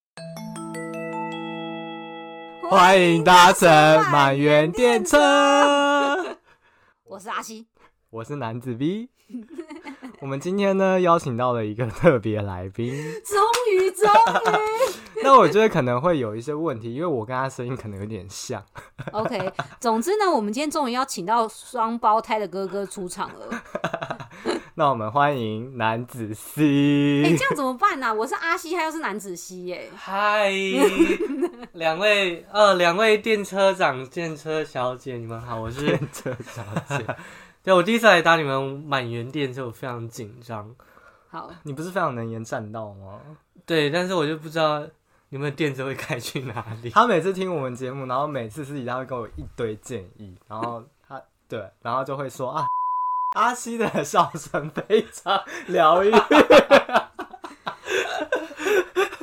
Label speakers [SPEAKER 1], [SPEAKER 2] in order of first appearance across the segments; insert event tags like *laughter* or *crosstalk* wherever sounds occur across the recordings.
[SPEAKER 1] *laughs*
[SPEAKER 2] 欢迎搭乘满园电车。
[SPEAKER 1] 我是阿西，
[SPEAKER 2] 我是男子 B。我们今天呢邀请到了一个特别来宾，
[SPEAKER 1] 终于终于
[SPEAKER 3] *laughs*
[SPEAKER 2] 那我觉得可能会有一些问题，因为我跟他声音可能有点像。
[SPEAKER 1] OK。总之呢，我们今天终于要请到双胞胎的哥哥出场
[SPEAKER 3] *laughs*
[SPEAKER 1] 了。
[SPEAKER 2] 那我们欢迎男子
[SPEAKER 1] 哎、
[SPEAKER 2] C
[SPEAKER 1] 这。样怎么办呢、我是阿西，他又是男子西耶、
[SPEAKER 3] 嗨，两位呃，两位电车长、电车小姐，你们好，我是
[SPEAKER 2] 电车小姐，
[SPEAKER 3] *laughs* 对我第一次来搭你们满员电车，我非常紧张。
[SPEAKER 1] 好，
[SPEAKER 2] 你不是非常能言善道吗？
[SPEAKER 3] 对，但是我就不知道你们的电车会开去哪里。
[SPEAKER 2] 他每次听我们节目，然后每次私底下会给我一堆建议，然后他对，然后就会说啊，阿西的笑声非常疗愈。
[SPEAKER 3] 啊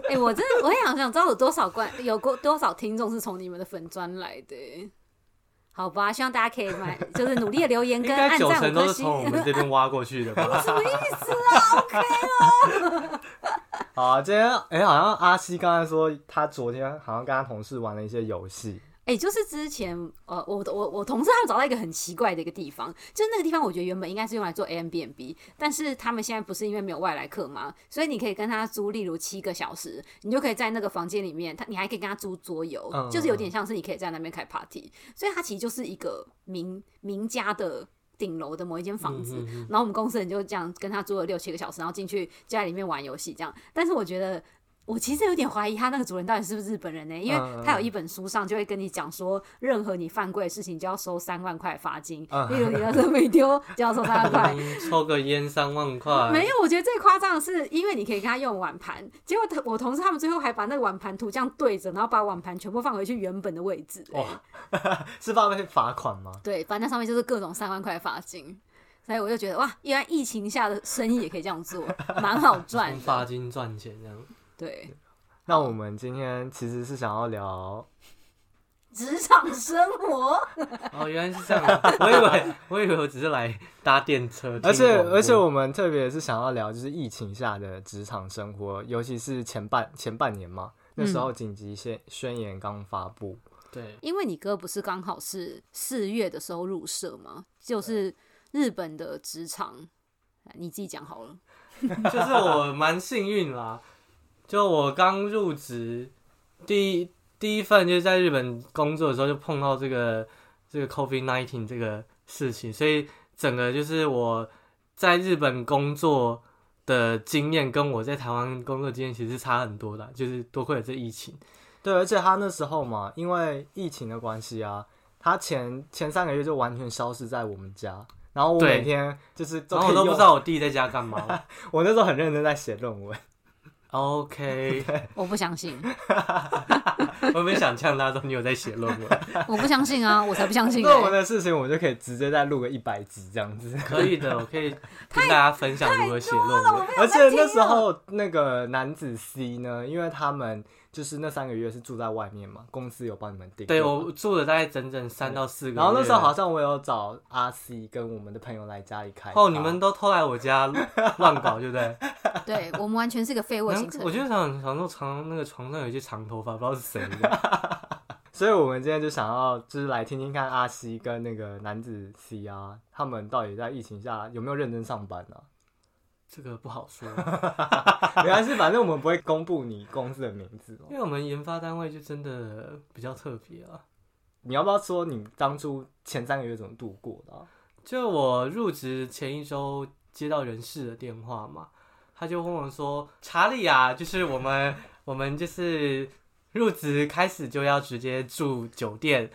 [SPEAKER 1] 哎、我真的我也想想知道有多少观有过多少听众是从你们的粉砖来的、好吧，希望大家可以买，就是努力的留言
[SPEAKER 3] 应
[SPEAKER 1] 跟
[SPEAKER 3] 该
[SPEAKER 1] 按
[SPEAKER 3] 九
[SPEAKER 1] 赞
[SPEAKER 3] 成
[SPEAKER 1] 五
[SPEAKER 3] 都
[SPEAKER 1] 颗
[SPEAKER 3] 是
[SPEAKER 1] 星。
[SPEAKER 3] 从我们这边挖过去的
[SPEAKER 1] *laughs*
[SPEAKER 3] 吧？
[SPEAKER 2] *laughs* 好、啊，今天哎、好像阿西刚才说他昨天好像跟他同事玩了一些游戏，
[SPEAKER 1] 哎、就是之前呃，我我我同事他们找到一个很奇怪的一个地方，就是那个地方我觉得原本应该是用来做 a m b n b 但是他们现在不是因为没有外来客嘛，所以你可以跟他租，例如七个小时，你就可以在那个房间里面，他你还可以跟他租桌游，
[SPEAKER 2] 嗯
[SPEAKER 1] 就是有点像是你可以在那边开 party，所以它其实就是一个名名家的。顶楼的某一间房
[SPEAKER 2] 嗯
[SPEAKER 1] 子，然后我们公司人就这样跟他租了六七个小时，然后进去就在里面玩游戏这样。但是我觉得我其实有点怀疑他那个主人到底是不是日本人呢、因
[SPEAKER 2] 嗯
[SPEAKER 1] 为
[SPEAKER 2] 嗯
[SPEAKER 1] 他有一本书上就会跟你讲说，任何你犯规的事情就要收三万块罚金，
[SPEAKER 2] 嗯
[SPEAKER 1] 例如你的没丢就要收三万块。
[SPEAKER 3] *laughs* 嗯抽个烟三万块，
[SPEAKER 1] 没有，我觉得最夸张的是，因为你可以跟他用碗盘，结果他我同事他们最后还把那个碗盘图这样对着，然后把碗盘全部放回去原本的位置、欸
[SPEAKER 2] 哇， *laughs* 是怕被罚款吗？
[SPEAKER 1] 对，反正上面就是各种三万块罚金，所以我就觉得哇，原来疫情下的生意也可以这样做，蛮好赚
[SPEAKER 3] *laughs* 用罚
[SPEAKER 1] 的。
[SPEAKER 3] 金赚钱这样。
[SPEAKER 1] 对，
[SPEAKER 2] 那我们今天其实是想要聊，
[SPEAKER 1] 职场生活。
[SPEAKER 3] 哦，原来是这
[SPEAKER 1] *laughs*
[SPEAKER 3] 样啊，我以为我以为我只是来搭电车，
[SPEAKER 2] 而且
[SPEAKER 3] 听广播
[SPEAKER 2] 而且我们特别是想要聊就是疫情下的职场生活，尤其是前半前半年嘛，那时
[SPEAKER 3] 嗯
[SPEAKER 2] 候紧急宣宣言刚发布，
[SPEAKER 3] 对
[SPEAKER 1] 因为你哥不是刚好是四月的时候入社吗？就是日本的职场，你自己讲好了。
[SPEAKER 3] 就是我蛮幸运啦，就我刚入职第一第一份就是在日本工作的时候就碰到这个这个 COVID nineteen 这个事情，所以整个就是我在日本工作的经验跟我在台湾工作经验其实差很多的，啊就是多亏了这疫情。
[SPEAKER 2] 对，而且他那时候嘛，因为疫情的关系啊，他前前三个月就完全消失在我们家，然后我
[SPEAKER 3] 对
[SPEAKER 2] 每天就是都
[SPEAKER 3] 然后
[SPEAKER 2] 可
[SPEAKER 3] 我
[SPEAKER 2] 以
[SPEAKER 3] 都不
[SPEAKER 2] 用
[SPEAKER 3] 知道我弟在家
[SPEAKER 2] *laughs*
[SPEAKER 3] 干嘛。
[SPEAKER 2] 我那时候很认真在写论文，
[SPEAKER 3] OK，
[SPEAKER 1] 我不相信，
[SPEAKER 3] 我原本想呛他说你有在写论文，
[SPEAKER 2] *laughs*
[SPEAKER 1] 我不相信啊，我才不相信、
[SPEAKER 2] 论文
[SPEAKER 1] 欸。
[SPEAKER 2] 的事情我就可以直接再录个一百集这样子。
[SPEAKER 3] 可以的，我可以跟大家分享如何写论文。
[SPEAKER 2] 而且那时候那个男子 C 呢，因为他们就是那三个月是住在外面嘛，公司有帮你们订。
[SPEAKER 3] 对我住了大概整整三到四个月，
[SPEAKER 2] 然后那时候好像我有找阿 C 跟我们的朋友来家里开。
[SPEAKER 3] 哦，你们都偷来我家乱搞，对不对？
[SPEAKER 1] 对我们完全是一个废物
[SPEAKER 3] 然后
[SPEAKER 1] 行程。
[SPEAKER 3] 我就想想说，床那个床上有一些长头发，不知道是谁
[SPEAKER 2] *laughs*
[SPEAKER 3] 的。
[SPEAKER 2] 所以我们今天就想要就是来听听看阿西跟那个男子 C 啊，他们到底在疫情下有没有认真上班呢、 *laughs*
[SPEAKER 3] 这个不好说，
[SPEAKER 2] 啊？原来是反正我们不会公布你公司的名字哦
[SPEAKER 3] 因。为我们研发单位就真的比较特别啊。
[SPEAKER 2] 你要不要说你当初前三个月怎么度过的啊、
[SPEAKER 3] 就我入职前一周接到人事的电话嘛，他就问我说：“查理啊，就是我们我们就是入职开始就要直接住酒店。”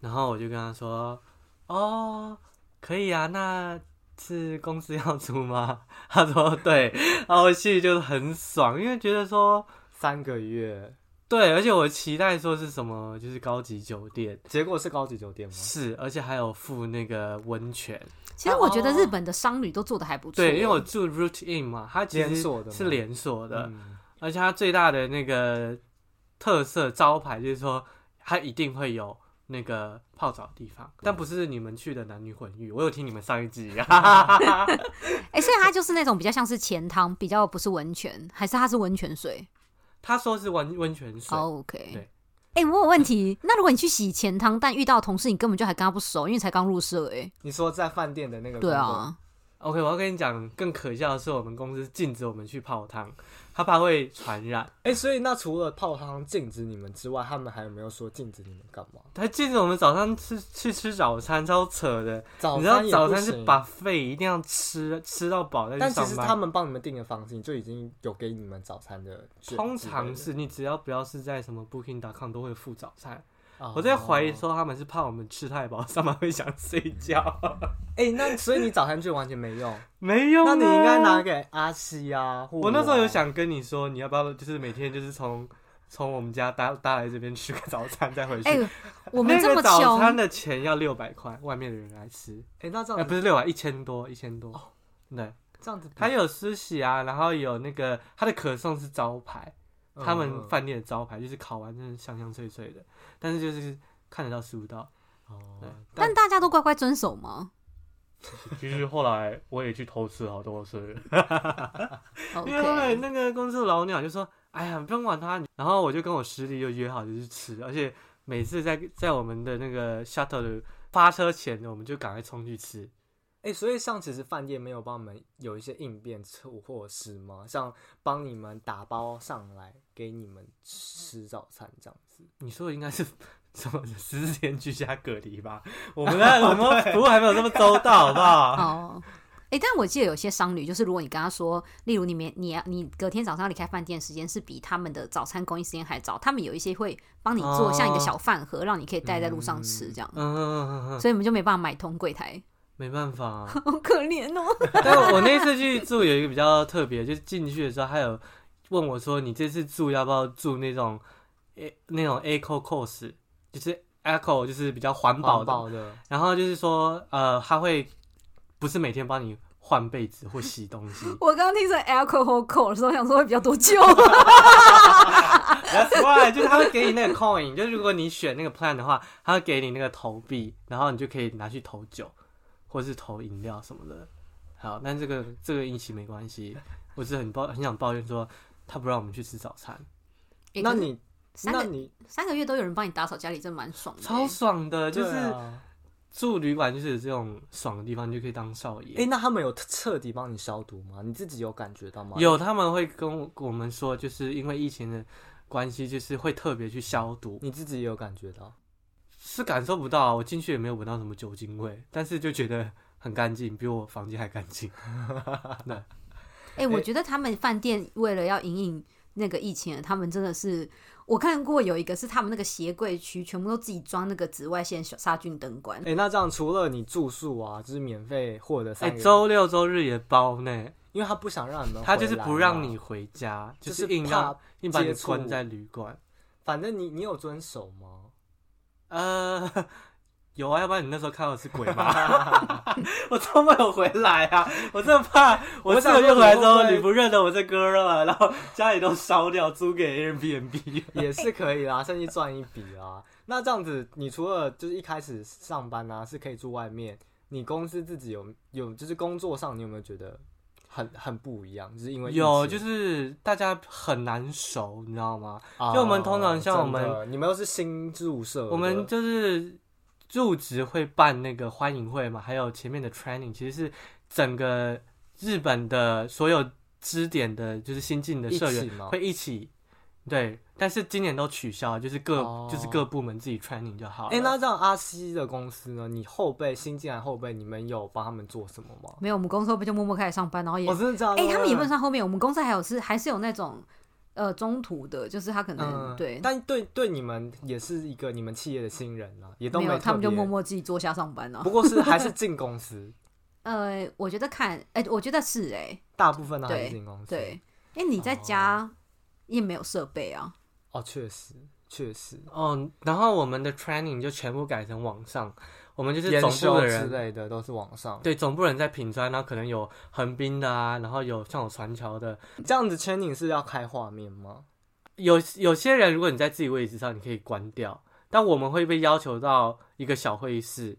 [SPEAKER 3] 然后我就跟他说：“哦，可以啊，那是公司要租吗？”他说：“对。”然后我心里就是很爽，因为觉得说
[SPEAKER 2] 三个月，
[SPEAKER 3] 对，而且我期待说是什么，就是高级酒店
[SPEAKER 2] 结果是高级酒店吗？
[SPEAKER 3] 是，而且还有附那个温泉。
[SPEAKER 1] 其实我觉得日本的商旅都做的还不错。
[SPEAKER 3] 哦对，因为我住 Root In 嘛，它其实
[SPEAKER 2] 连锁的吗
[SPEAKER 3] 是连锁的，
[SPEAKER 2] 嗯
[SPEAKER 3] 而且它最大的那个特色招牌就是说，它一定会有那个泡澡的地方，但不是你们去的男女混浴。我有听你们上一集啊， *laughs*
[SPEAKER 1] 哎、所以它就是那种比较像是钱汤，比较不是温泉，还是它是温泉水哦
[SPEAKER 3] 他说是温温泉水，
[SPEAKER 1] ？OK，
[SPEAKER 3] 对
[SPEAKER 1] 哎、我有问题。那如果你去洗钱汤，但遇到同事，你根本就还跟他不熟，因为才刚入社、欸。
[SPEAKER 2] 你说在饭店的那个，
[SPEAKER 1] 哎，对，啊，
[SPEAKER 3] OK，我要跟你讲，更可笑的是，我们公司禁止我们去泡汤，他怕会传染。
[SPEAKER 2] 哎、所以那除了泡汤禁止你们之外，他们还有没有说禁止你们干嘛？
[SPEAKER 3] 他禁止我们早上吃去吃早餐，超扯的。
[SPEAKER 2] 早
[SPEAKER 3] 你知道
[SPEAKER 2] 也
[SPEAKER 3] 早
[SPEAKER 2] 不
[SPEAKER 3] 餐是
[SPEAKER 2] 行
[SPEAKER 3] buffet，一定要吃吃到饱再
[SPEAKER 2] 但
[SPEAKER 3] 去
[SPEAKER 2] 其实
[SPEAKER 3] 上
[SPEAKER 2] 他
[SPEAKER 3] 班。
[SPEAKER 2] 们帮你们订的房间就已经有给你们早餐的券之类的。
[SPEAKER 3] 通常是你只要不要是在什么 Booking.com 都会附早餐。
[SPEAKER 2] 哦，
[SPEAKER 3] 我在怀疑
[SPEAKER 2] *laughs*
[SPEAKER 3] 说他们是怕我们吃太饱，上班会想睡觉。 *laughs*
[SPEAKER 2] 哎、那所以你早餐券完全没用，
[SPEAKER 3] 没有，
[SPEAKER 2] 那你应该拿。给阿西啊。或
[SPEAKER 3] 啊我那时候有，想跟你说，你要不要就是每天就是从从我们家搭搭来这边吃个早餐再回去。
[SPEAKER 1] 哎、我们这
[SPEAKER 3] *laughs* 那
[SPEAKER 1] 么
[SPEAKER 3] 个早餐
[SPEAKER 1] 穷，
[SPEAKER 3] 的钱要六百块，外面的人来吃，
[SPEAKER 2] 哎、那这
[SPEAKER 3] 哎、
[SPEAKER 2] 样、
[SPEAKER 3] 不是六百，一千多，一千多。
[SPEAKER 2] 哦
[SPEAKER 3] 对，
[SPEAKER 2] 这样子比，
[SPEAKER 3] 他有私喜啊，然后有那个他的可颂是招牌，
[SPEAKER 2] 嗯
[SPEAKER 3] 他们饭店的招牌就是烤完真的香香脆脆的，但是就是看得到吃不到。
[SPEAKER 2] 哦
[SPEAKER 3] 对，
[SPEAKER 1] 但大家都乖乖遵守吗？
[SPEAKER 3] 其实后来我也去偷吃好多次，因为后来
[SPEAKER 1] OK，
[SPEAKER 3] 那个公司的老鸟就说：“哎呀，不用管他。”然后我就跟我师弟就约好就去吃，而且每次在在我们的那个 shuttle 的发车前，我们就赶快冲去吃。
[SPEAKER 2] 哎、所以像其实饭店没有帮我们有一些应变措措施吗？像帮你们打包上来给你们吃早餐这样子。
[SPEAKER 3] 你说的应该是 *laughs* 什么十四天居家隔离吧？我们 *laughs* 的我们服务还没有这么周到，好不好？
[SPEAKER 1] 哦。哎、但我记得有些商旅，就是如果你跟他说，例如你明你要你隔天早上离开饭店的时间是比他们的早餐供应时间还早，他们有一些会帮你做
[SPEAKER 3] 哦
[SPEAKER 1] 像一个小饭盒，让你可以带在路上吃这样，
[SPEAKER 3] 嗯嗯，嗯嗯
[SPEAKER 1] 所以我们就没办法买通柜台，
[SPEAKER 3] 没办法、啊。
[SPEAKER 1] 好可怜哦。
[SPEAKER 3] 但我那次去住有一个比较特别，就是进去的时候，他有问我说：“你这次住要不要住那种 A 那种 eco course，就是 eco 就是比较环保
[SPEAKER 2] 环
[SPEAKER 3] 的。
[SPEAKER 2] 保的，
[SPEAKER 3] 然后就是说，呃，他会不是每天帮你换被子或洗东西
[SPEAKER 1] 我刚刚听成 alcohol call 的时候，想说会比较多
[SPEAKER 3] *laughs*
[SPEAKER 1] 酒。
[SPEAKER 3] ，That's right，就是他会给你那个 coin，就是如果你选那个 plan 的话，他会给你那个投币，然后你就可以拿去投酒或是投饮料什么的。好，但这个这个疫情没关系，我只是很抱很想抱怨说。他不让我们去吃早餐，
[SPEAKER 1] 欸
[SPEAKER 2] 那
[SPEAKER 1] 可是
[SPEAKER 2] 你
[SPEAKER 1] 三
[SPEAKER 2] 那
[SPEAKER 1] 个
[SPEAKER 2] 你
[SPEAKER 1] 三个月都有人帮你打扫家里，真的蛮爽的欸。
[SPEAKER 3] 超爽的，就
[SPEAKER 2] 对
[SPEAKER 3] 是
[SPEAKER 2] 啊
[SPEAKER 3] 住旅馆就是有这种爽的地方，你就可以当少
[SPEAKER 2] 哎、
[SPEAKER 3] 爷。
[SPEAKER 2] 那他们有彻底帮你消毒吗？你自己有感觉到吗？
[SPEAKER 3] 有他们会跟我我们说，就是因为疫情的关系，就是会特别去消毒，
[SPEAKER 2] 你自己也有感觉到？
[SPEAKER 3] 是感受不到啊，我进去也没有闻到什么酒精味，但是就觉得很干净，比我房间还干净。
[SPEAKER 1] 哎、我觉得他们饭店为了要迎应那个疫情，啊他们真的是，我看过有一个是他们那个鞋柜区全部都自己装那个紫外线杀菌灯管。
[SPEAKER 2] 哎、那这样除了你住宿啊，就是免费获得
[SPEAKER 3] 哎、
[SPEAKER 2] 三个月，
[SPEAKER 3] 周六周日也包呢，
[SPEAKER 2] 因为他不想让你们回来嘛，
[SPEAKER 3] 他就是不让你回家，就
[SPEAKER 2] 就是
[SPEAKER 3] 是硬
[SPEAKER 2] 怕
[SPEAKER 3] 要，硬把你
[SPEAKER 2] 接触
[SPEAKER 3] 关在旅馆。
[SPEAKER 2] 反正你你有遵守
[SPEAKER 3] *laughs*
[SPEAKER 2] 吗？
[SPEAKER 3] 呃， *laughs* 有啊，要不然你那时候看到的是鬼吗？ *laughs* 我都没有回来啊！我真的怕我这个月回来
[SPEAKER 2] 我
[SPEAKER 3] 之后，
[SPEAKER 2] 想说你会不会
[SPEAKER 3] 你不认得我这歌了嘛，然后家里都烧掉，租给 Airbnb。
[SPEAKER 2] 也是可以啦，甚至赚一笔啦。那这样子，你除了就是一开始上班啊，是可以住外面，你公司自己有有就是工作上，你有没有觉得很很不一样？就是因为疫
[SPEAKER 3] 有，
[SPEAKER 2] 情
[SPEAKER 3] 就是大家很难熟，你知道吗？
[SPEAKER 2] 哦
[SPEAKER 3] 就我们通常像我们
[SPEAKER 2] 真的你们又是新入社的，
[SPEAKER 3] 我们就是入职会办那个欢迎会嘛，还有前面的 training，其实是整个日本的所有支点的，就是新进的
[SPEAKER 2] 一
[SPEAKER 3] 社员
[SPEAKER 2] 起哦吗？
[SPEAKER 3] 会一起，对，但是今年都取消，就是各、
[SPEAKER 2] 哦
[SPEAKER 3] 就是各部门自己 training 就好了。
[SPEAKER 2] 哎、那这样阿西的公司呢？你后辈新进来后辈，你们有帮他们做什么吗？
[SPEAKER 1] 没有，我们公司后面就默默开始上班，然后也
[SPEAKER 2] 我、真的这样，
[SPEAKER 1] 哎、他们也不能算后面，我们公司还有是还是有那种呃中途的，就是他可能、
[SPEAKER 2] 嗯，
[SPEAKER 1] 对。
[SPEAKER 2] 但对对你们也是一个你们企业的新人啦，也都
[SPEAKER 1] 没有，
[SPEAKER 2] 有，
[SPEAKER 1] 他们就默。默自己坐下上班了、啊
[SPEAKER 2] 不过是还是进
[SPEAKER 1] *laughs*
[SPEAKER 2] 公司，
[SPEAKER 1] 呃，我觉得看，哎、我觉得是哎、
[SPEAKER 2] 大部分都还
[SPEAKER 1] 对
[SPEAKER 2] 是哦进公司。
[SPEAKER 1] 对，哎、你在家也没有设备啊，
[SPEAKER 2] 哦，确实确实，
[SPEAKER 3] 哦，然后我们的 training 就全部改成网上，我们就是
[SPEAKER 2] 研
[SPEAKER 3] 总
[SPEAKER 2] 修
[SPEAKER 3] 部的
[SPEAKER 2] 之
[SPEAKER 3] 人，
[SPEAKER 2] 类的都是网上。
[SPEAKER 3] 对，总部人在品川，然后可能有横滨的啊，然后有像我船桥的，
[SPEAKER 2] 这样子 training 是要开画面吗？
[SPEAKER 3] 有有些人如果你在自己位置上，你可以关掉，但我们会被要求到一个小会议室。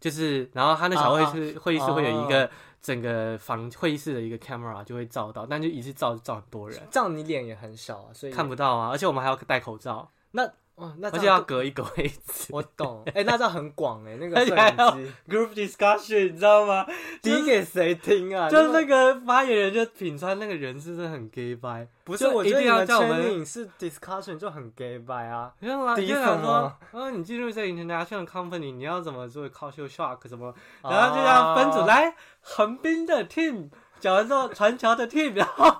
[SPEAKER 3] 就是，然后他那小会议
[SPEAKER 2] 哦
[SPEAKER 3] 室、会议室会有一个整个房会议室的一个 camera 就会照到，但就一次照就照很多人。
[SPEAKER 2] 这样你脸也很小啊，所以
[SPEAKER 3] 看不到啊，而且我们还要戴口罩。
[SPEAKER 2] 那哦，那
[SPEAKER 3] 而
[SPEAKER 2] 这
[SPEAKER 3] 且要
[SPEAKER 2] 样
[SPEAKER 3] 隔一个位
[SPEAKER 2] *laughs*
[SPEAKER 3] 置。
[SPEAKER 2] 我懂，哎、那这样很广哎、那
[SPEAKER 3] *laughs*
[SPEAKER 2] 个
[SPEAKER 3] 而且还要
[SPEAKER 2] 摄影机
[SPEAKER 3] Group discussion，你知道吗？就是
[SPEAKER 2] 比给谁听啊？
[SPEAKER 3] *laughs* 就是
[SPEAKER 2] 那
[SPEAKER 3] 那
[SPEAKER 2] 个
[SPEAKER 3] 个发言人就品川那个人是不是很 gay 掰？
[SPEAKER 2] 不是，
[SPEAKER 3] 就
[SPEAKER 2] 我
[SPEAKER 3] 一
[SPEAKER 2] 觉得
[SPEAKER 3] 定
[SPEAKER 2] 你
[SPEAKER 3] 要
[SPEAKER 2] 们
[SPEAKER 3] 叫我
[SPEAKER 2] 圈
[SPEAKER 3] 们
[SPEAKER 2] 领是 discussion 就很 gay 白啊。
[SPEAKER 3] 然后就
[SPEAKER 2] 第一
[SPEAKER 3] 想
[SPEAKER 2] 层
[SPEAKER 3] 说
[SPEAKER 2] 吗，
[SPEAKER 3] 啊，你进入这个 international company，你要怎么做 culture shock 什么，
[SPEAKER 2] 啊
[SPEAKER 3] 然后就要分组来横滨的 team，讲完之后传桥的 team，然后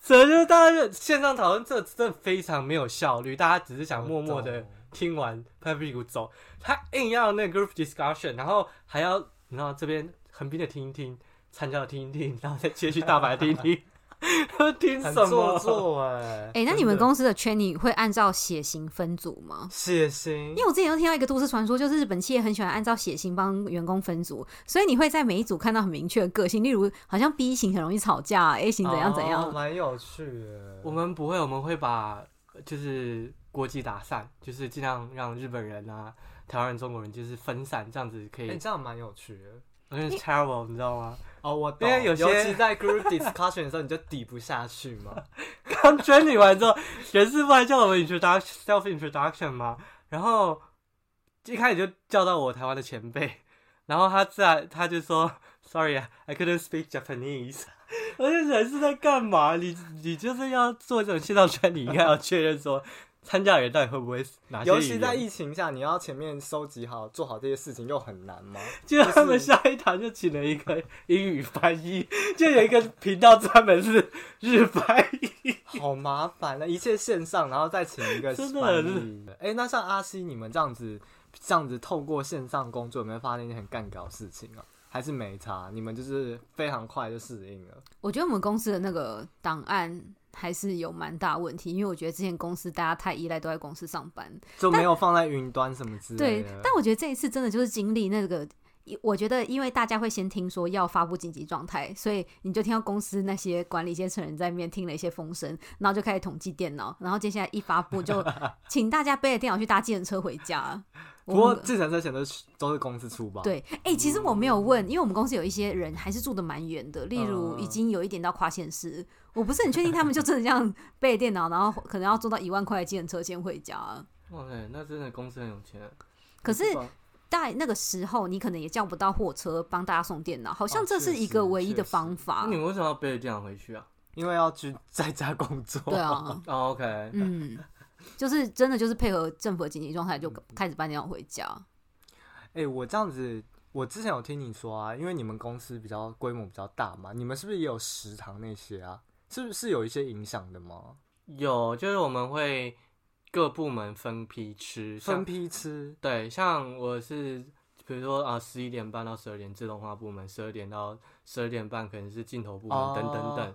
[SPEAKER 3] 整个大家就线上讨论，这真的非常没有效率，大家只是想默默
[SPEAKER 2] 我
[SPEAKER 3] 的
[SPEAKER 2] 懂
[SPEAKER 3] 听完拍屁股走，他硬要那个 group discussion，然后还要你知道这边横滨的听一听，参加的听一听，然后再接去大阪听一听， *laughs*
[SPEAKER 2] *laughs*
[SPEAKER 3] 听
[SPEAKER 2] 很
[SPEAKER 3] 什
[SPEAKER 2] 做？
[SPEAKER 3] 么
[SPEAKER 2] 作哎、
[SPEAKER 1] 哎、那你们公司的圈你会按照血型分组吗？
[SPEAKER 2] 血腥
[SPEAKER 1] 因为我之前有听到一个都市传说，就是日本企业很喜欢按照血型帮员工分组，所以你会在每一组看到很明确的个性，例如好像 B 型很容易吵架，A 型怎样怎样。
[SPEAKER 2] 哦蛮、有趣的。
[SPEAKER 3] 我们不会，我们会把呃就是国际打散，就是尽量让日本人啊、台湾人、中国人就是分散，这样子可
[SPEAKER 2] 哎、
[SPEAKER 3] 以。
[SPEAKER 2] 这样蛮有趣的。
[SPEAKER 3] 我觉得 terrible，你知道吗？
[SPEAKER 2] 哦，我
[SPEAKER 3] 因为有些
[SPEAKER 2] 尤其在 group discussion 的时候，你就抵不下去嘛。 *laughs*
[SPEAKER 3] 刚 training 完之后，人事部还叫我们 introduction self introduction 嘛，然后一开始就叫到我台湾的前辈，然后他自然他就说 sorry 啊，I couldn't speak Japanese。我 *laughs* 就人事在干嘛？你你就是要做这种线上 training，你应该要确认说参加的人到底会不会哪些
[SPEAKER 2] 尤
[SPEAKER 3] 语
[SPEAKER 2] 其
[SPEAKER 3] 言
[SPEAKER 2] 在疫情下，你要前面收集好、做好这些事情又很难 *laughs* 吗？
[SPEAKER 3] 就他们下一堂就请了一个英语翻译，就有一个频道专门是日翻译。
[SPEAKER 2] 好麻烦了，一切线上，然后再请一个
[SPEAKER 3] 真的
[SPEAKER 2] 翻译。哎、那像阿西，你们这样子，这样子透过线上工作，有没有发现一些很干搞的事情啊？还是没差？你们就是非常快就适应了。
[SPEAKER 1] 我觉得我们公司的那个档案还是有蛮大问题，因为我觉得之前公司大家太依赖都在公司上班，
[SPEAKER 2] 就没有放在云端什么之
[SPEAKER 1] 对
[SPEAKER 2] 类的。，
[SPEAKER 1] 但我觉得这一次真的就是经历那个。我觉得，因为大家会先听说要发布紧急状态，所以你就听到公司那些管理阶层人在面听了一些风声，然后就开始统计电脑，然后接下来一发布
[SPEAKER 2] *laughs*
[SPEAKER 1] 就请大家背着电脑去搭计程车回家。
[SPEAKER 2] 不
[SPEAKER 1] 我
[SPEAKER 2] 过
[SPEAKER 1] 们
[SPEAKER 2] 计程车钱都是都是公司出吧？，
[SPEAKER 1] 对，哎、其实我没有问，因为我们公司有一些人还是住的蛮远的，例如
[SPEAKER 2] 嗯
[SPEAKER 1] 已经有一点到跨县市，我不是很确定他们就真的这样背着电脑，然后可能要做到一万块的计程车先回家。
[SPEAKER 3] 哇塞，那真的公司很有钱。
[SPEAKER 1] 可是在那个时候，你可能也叫不到货车帮大家送电脑，好像
[SPEAKER 2] 哦
[SPEAKER 1] 这
[SPEAKER 2] 确
[SPEAKER 1] 是一
[SPEAKER 2] 实
[SPEAKER 1] 个唯一
[SPEAKER 2] 确
[SPEAKER 1] 的
[SPEAKER 2] 实嗯
[SPEAKER 1] 方
[SPEAKER 3] 那
[SPEAKER 1] 法。
[SPEAKER 3] 你们为什么要背着电脑回去啊、
[SPEAKER 2] 因为要去在家工作，
[SPEAKER 1] 对，啊，
[SPEAKER 3] 哦 o k
[SPEAKER 1] *laughs* 嗯，就是真的就是配合政府的紧急状态，就
[SPEAKER 2] 嗯
[SPEAKER 1] 开始搬电脑回家。
[SPEAKER 2] *laughs* 哦哎、我这样子，我之前有听你说啊，因为你们公司比较规模比较大嘛，你们是不是也有食堂那些啊？是不是有一些影响的吗？
[SPEAKER 3] 有就是我们会各部门分批吃，像
[SPEAKER 2] 分批吃，
[SPEAKER 3] 对，像我是比如说啊，十一点半到十二点自动化部门，十二点到十二点半可能是镜头部门，
[SPEAKER 2] 哦
[SPEAKER 3] 等等等，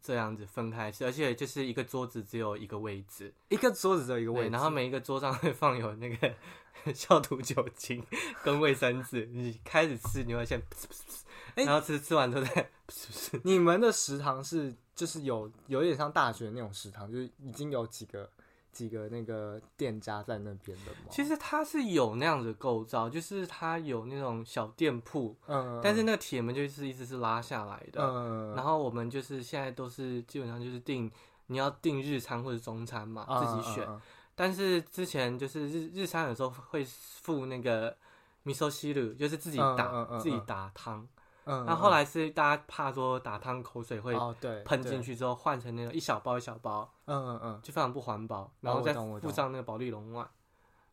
[SPEAKER 3] 这样子分开吃，而且就是一个桌子只有一个位置，
[SPEAKER 2] 一个桌子只有一个位
[SPEAKER 3] 对，
[SPEAKER 2] 置，
[SPEAKER 3] 然后每一个桌上会放有那个 *laughs* 消毒酒精跟卫生纸，你开始吃你会先，
[SPEAKER 2] 哎
[SPEAKER 3] 然后吃吃完之后再， *laughs*
[SPEAKER 2] 你们的食堂是就是有有点像大学那种食堂，就是已经有几个几个那个店家在那边的吗？
[SPEAKER 3] 其实它是有那样子的构造，就是它有那种小店铺，
[SPEAKER 2] 嗯，嗯，
[SPEAKER 3] 但是那个铁门就是一直是拉下来的，
[SPEAKER 2] 嗯，
[SPEAKER 3] 然后我们就是现在都是基本上就是订你要订日餐或者中餐嘛，
[SPEAKER 2] 嗯
[SPEAKER 3] 自己选。
[SPEAKER 2] 嗯嗯
[SPEAKER 3] 但是之前就是日日餐有时候会付那个米寿西鲁，就是自己
[SPEAKER 2] 嗯
[SPEAKER 3] 打、
[SPEAKER 2] 嗯嗯
[SPEAKER 3] 自己
[SPEAKER 2] 嗯
[SPEAKER 3] 打汤。
[SPEAKER 2] 嗯，
[SPEAKER 3] 那、
[SPEAKER 2] 嗯
[SPEAKER 3] 后来是大家怕说打汤口水会
[SPEAKER 2] 哦对
[SPEAKER 3] 喷进，
[SPEAKER 2] 对
[SPEAKER 3] 去之后，换成那种一小包一小包，
[SPEAKER 2] 嗯嗯嗯，
[SPEAKER 3] 就非常不环保，然后
[SPEAKER 2] 哦我
[SPEAKER 3] 再
[SPEAKER 2] 懂我
[SPEAKER 3] 附
[SPEAKER 2] 懂
[SPEAKER 3] 上那个保利龙碗。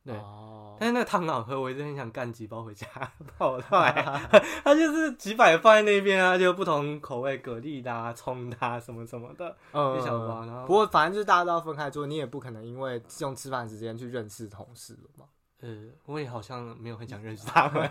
[SPEAKER 3] 对
[SPEAKER 2] 哦，
[SPEAKER 3] 但是那个汤很好喝，我一直很想干几包回家 *laughs* 泡
[SPEAKER 2] *laughs*
[SPEAKER 3] 菜。它就是几百放在那边啊，就不同口味，蛤蜊的、啊、葱的、啊、什么什么的。
[SPEAKER 2] 嗯，
[SPEAKER 3] 一小包然后
[SPEAKER 2] 不过反正就是大家都要分开做，你也不可能因为用吃饭时间去认识同事了嘛。
[SPEAKER 3] 呃，我也好像没有很想认识他
[SPEAKER 2] *laughs*
[SPEAKER 3] 们，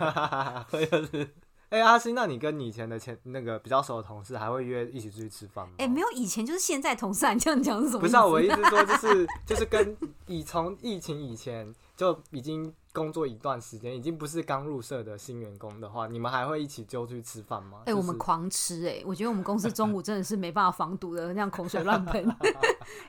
[SPEAKER 3] 我就是
[SPEAKER 2] 哎、阿星，那你跟你以前的前那个比较熟的同事还会约一起出去吃饭吗？
[SPEAKER 1] 哎、没有以前就是现在同事啊，你这样讲是什么意思？
[SPEAKER 2] 不是啊，我意思说就是就是跟以从疫情以前就已经工作一段时间，已经不是刚入社的新员工的话，你们还会一起揪出去吃饭吗？
[SPEAKER 1] 哎、
[SPEAKER 2] 就是
[SPEAKER 1] 我们狂吃哎、我觉得我们公司中午真的是没办法防毒的，那样口水乱
[SPEAKER 2] *laughs*
[SPEAKER 1] 喷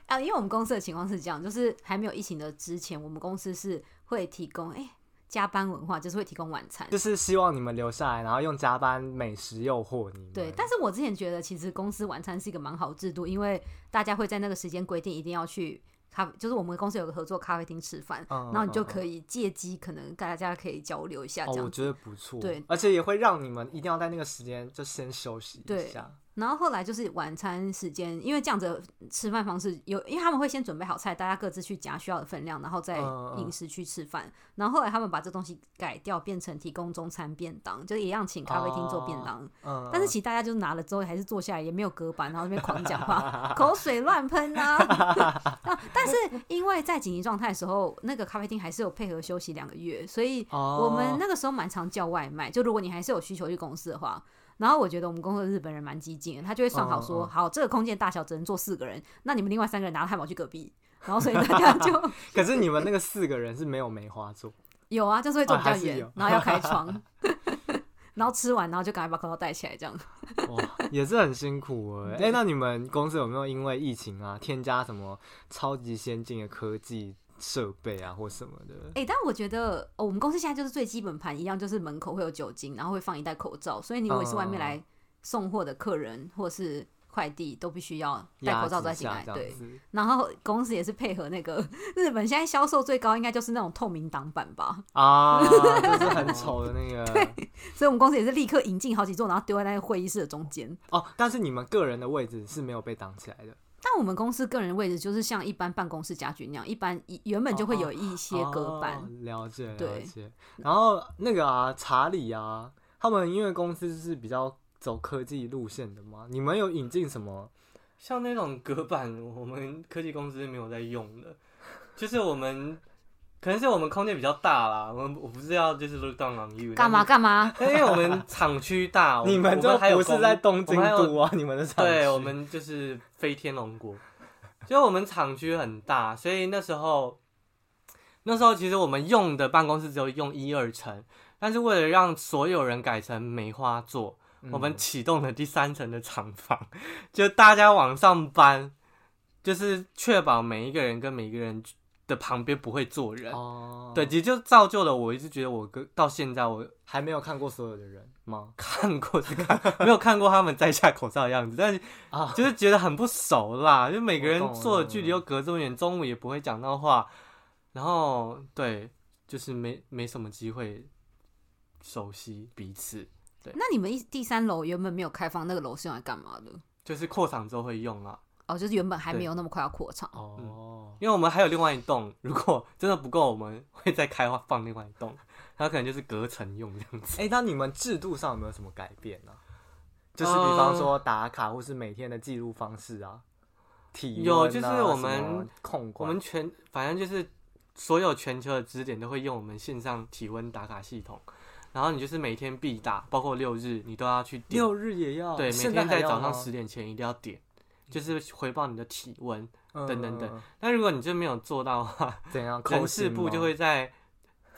[SPEAKER 1] 啊！因为我们公司的情况是这样，就是还没有疫情的之前，我们公司是会提供哎、加班文化，就是会提供晚餐。
[SPEAKER 2] 就是希望你们留下来，然后用加班美食诱惑你们。
[SPEAKER 1] 对，但是我之前觉得其实公司晚餐是一个蛮好制度，因为大家会在那个时间规定一定要去咖，就是我们公司有个合作咖啡厅吃饭，
[SPEAKER 2] 嗯
[SPEAKER 1] 然后你就
[SPEAKER 2] 嗯
[SPEAKER 1] 可以借机可能大家可以交流一下
[SPEAKER 2] 哦
[SPEAKER 1] 这，
[SPEAKER 2] 我
[SPEAKER 1] 样。
[SPEAKER 2] 觉得不错，
[SPEAKER 1] 对
[SPEAKER 2] 而且也会让你们一定要在那个时间就先休息一
[SPEAKER 1] 对
[SPEAKER 2] 下，
[SPEAKER 1] 然后后来就是晚餐时间，因为这样子吃饭方式有，因为他们会先准备好菜，大家各自去夹需要的分量，然后再
[SPEAKER 2] 嗯嗯
[SPEAKER 1] 饮食区吃饭。然后后来他们把这东西改掉，变成提供中餐便当，就一样请咖啡厅做便当。
[SPEAKER 2] 嗯，
[SPEAKER 1] 但是其实大家就是拿了之后还是坐下来，也没有隔板，然后那边狂讲
[SPEAKER 2] *laughs*
[SPEAKER 1] 话，口水乱喷啊。啊但是因为在紧急状态的时候，那个咖啡厅还是有配合休息两个月，所以我
[SPEAKER 2] 我
[SPEAKER 1] 们那个时候蛮常叫外卖。就如果你还是有需求去公司的话，然后我觉得我们公司的日本人蛮激进的，他就会算好说，
[SPEAKER 2] 嗯嗯嗯
[SPEAKER 1] 好这个空间大小只能坐四个人，那你们另外三个人拿汉堡去隔壁，然后所以大家
[SPEAKER 2] *laughs*
[SPEAKER 1] 就
[SPEAKER 2] 可是你们那个四个人是没有梅花座，
[SPEAKER 1] 有啊，就是会坐比较
[SPEAKER 2] 哦还是
[SPEAKER 1] 远
[SPEAKER 2] 有，
[SPEAKER 1] 然后要开窗。 *laughs* 然后吃完，然后就赶快把口罩戴起来，这样。
[SPEAKER 2] 哇，也是很
[SPEAKER 1] *laughs*
[SPEAKER 2] 辛苦哎、哎、那你们公司有没有因为疫情啊，添加什么超级先进的科技设备啊，或什么的？
[SPEAKER 1] 哎、但我觉得、哦、我们公司现在就是最基本盘一样，就是门口会有酒精，然后会放一袋口罩，所以你如果是
[SPEAKER 2] 哦
[SPEAKER 1] 外面来送货的客人、或是快递，都必须要戴口罩
[SPEAKER 2] 压
[SPEAKER 1] 再
[SPEAKER 2] 制
[SPEAKER 1] 进
[SPEAKER 2] 下
[SPEAKER 1] 来。
[SPEAKER 2] 这
[SPEAKER 1] 对
[SPEAKER 2] 样，子，
[SPEAKER 1] 然后公司也是配合那个 *laughs* 日本现在销售最高应该就是那种透明挡板吧，
[SPEAKER 2] 啊，就
[SPEAKER 1] *laughs*
[SPEAKER 2] 是很丑的那个
[SPEAKER 1] 所以我们公司也是立刻引进好几座，然后丢在那个会议室的中间。
[SPEAKER 2] 哦。但是你们个人的位置是没有被挡起来的，
[SPEAKER 1] 但我们公司个人位置就是像一般办公室家具那样，一般一原本就会有一些隔板。
[SPEAKER 2] 哦了解了
[SPEAKER 1] 对
[SPEAKER 2] 解。然后那个啊，查理啊，他们因为公司是比较走科技路线的嘛，你们有引进什么？
[SPEAKER 3] 像那种隔板，我们科技公司没有在用的，就是我们可能是我们空间比较大啦，我们我不是要就是 look down on you
[SPEAKER 1] 干嘛？干嘛？
[SPEAKER 3] 但是因为我们厂区
[SPEAKER 2] *laughs*
[SPEAKER 3] 大，我
[SPEAKER 2] 你
[SPEAKER 3] 们
[SPEAKER 2] 们
[SPEAKER 3] 啊我
[SPEAKER 2] 就
[SPEAKER 3] 还有
[SPEAKER 2] 不是
[SPEAKER 3] 公
[SPEAKER 2] 在东
[SPEAKER 3] 我
[SPEAKER 2] 京
[SPEAKER 3] 们还有
[SPEAKER 2] 都啊，你们的厂
[SPEAKER 3] 对，
[SPEAKER 2] 区
[SPEAKER 3] 我们就是飞天龙国，就我们厂区很大，所以那时候，那时候其实我们用的办公室只有用一二层，但是为了让所有人改成梅花座，
[SPEAKER 2] 嗯
[SPEAKER 3] 我们启动了第三层的厂房， *laughs* 就大家往上搬，就是确保每一个人跟每一个人的旁边不会坐人。
[SPEAKER 2] 哦，
[SPEAKER 3] 呃对，其实就造就了我一直觉得我跟到现在我
[SPEAKER 2] 还没有看过所有的人吗？
[SPEAKER 3] 看过是看，没有看过他们摘下口罩的样子，但是
[SPEAKER 2] 啊
[SPEAKER 3] *laughs* 就是觉得很不熟啦，就每个
[SPEAKER 2] 我
[SPEAKER 3] 人
[SPEAKER 2] 懂
[SPEAKER 3] 坐
[SPEAKER 2] 我
[SPEAKER 3] 的
[SPEAKER 2] 懂
[SPEAKER 3] 距离又隔这么远，中午也不会讲到话，然后对，就是没没什么机会熟悉彼此，
[SPEAKER 1] 那你们一第三楼原本没有开放，那个楼是用来干嘛的？
[SPEAKER 3] 就是扩场之后会用啦，
[SPEAKER 1] 哦，就是原本还没有那么快要扩场。
[SPEAKER 2] 哦，
[SPEAKER 3] 因为我们还有另外一栋，如果真的不够，我们会再开放放另外一栋，它可能就是隔层用这样子。
[SPEAKER 2] 哎、那你们制度上有没有什么改变呢、啊就是比
[SPEAKER 3] 呃
[SPEAKER 2] 方说打卡或是每天的记录方式啊，体温啊
[SPEAKER 3] 有就是我们
[SPEAKER 2] 什么控
[SPEAKER 3] 我
[SPEAKER 2] 管，
[SPEAKER 3] 们全反正就是所有全球的支点都会用我们线上体温打卡系统，然后你就是每天必打，包括六日你都要去点，
[SPEAKER 2] 六日也要
[SPEAKER 3] 对，每
[SPEAKER 2] 现
[SPEAKER 3] 天
[SPEAKER 2] 还
[SPEAKER 3] 在
[SPEAKER 2] 要
[SPEAKER 3] 早
[SPEAKER 2] 吗
[SPEAKER 3] 上十点前一定要点，就是回报你的体温。
[SPEAKER 2] 嗯
[SPEAKER 3] 等等等
[SPEAKER 2] 嗯
[SPEAKER 3] 那如果你真没有做到的话，
[SPEAKER 2] 嗯怎样？
[SPEAKER 3] 人
[SPEAKER 2] 口
[SPEAKER 3] 事
[SPEAKER 2] 型吗
[SPEAKER 3] 部就会在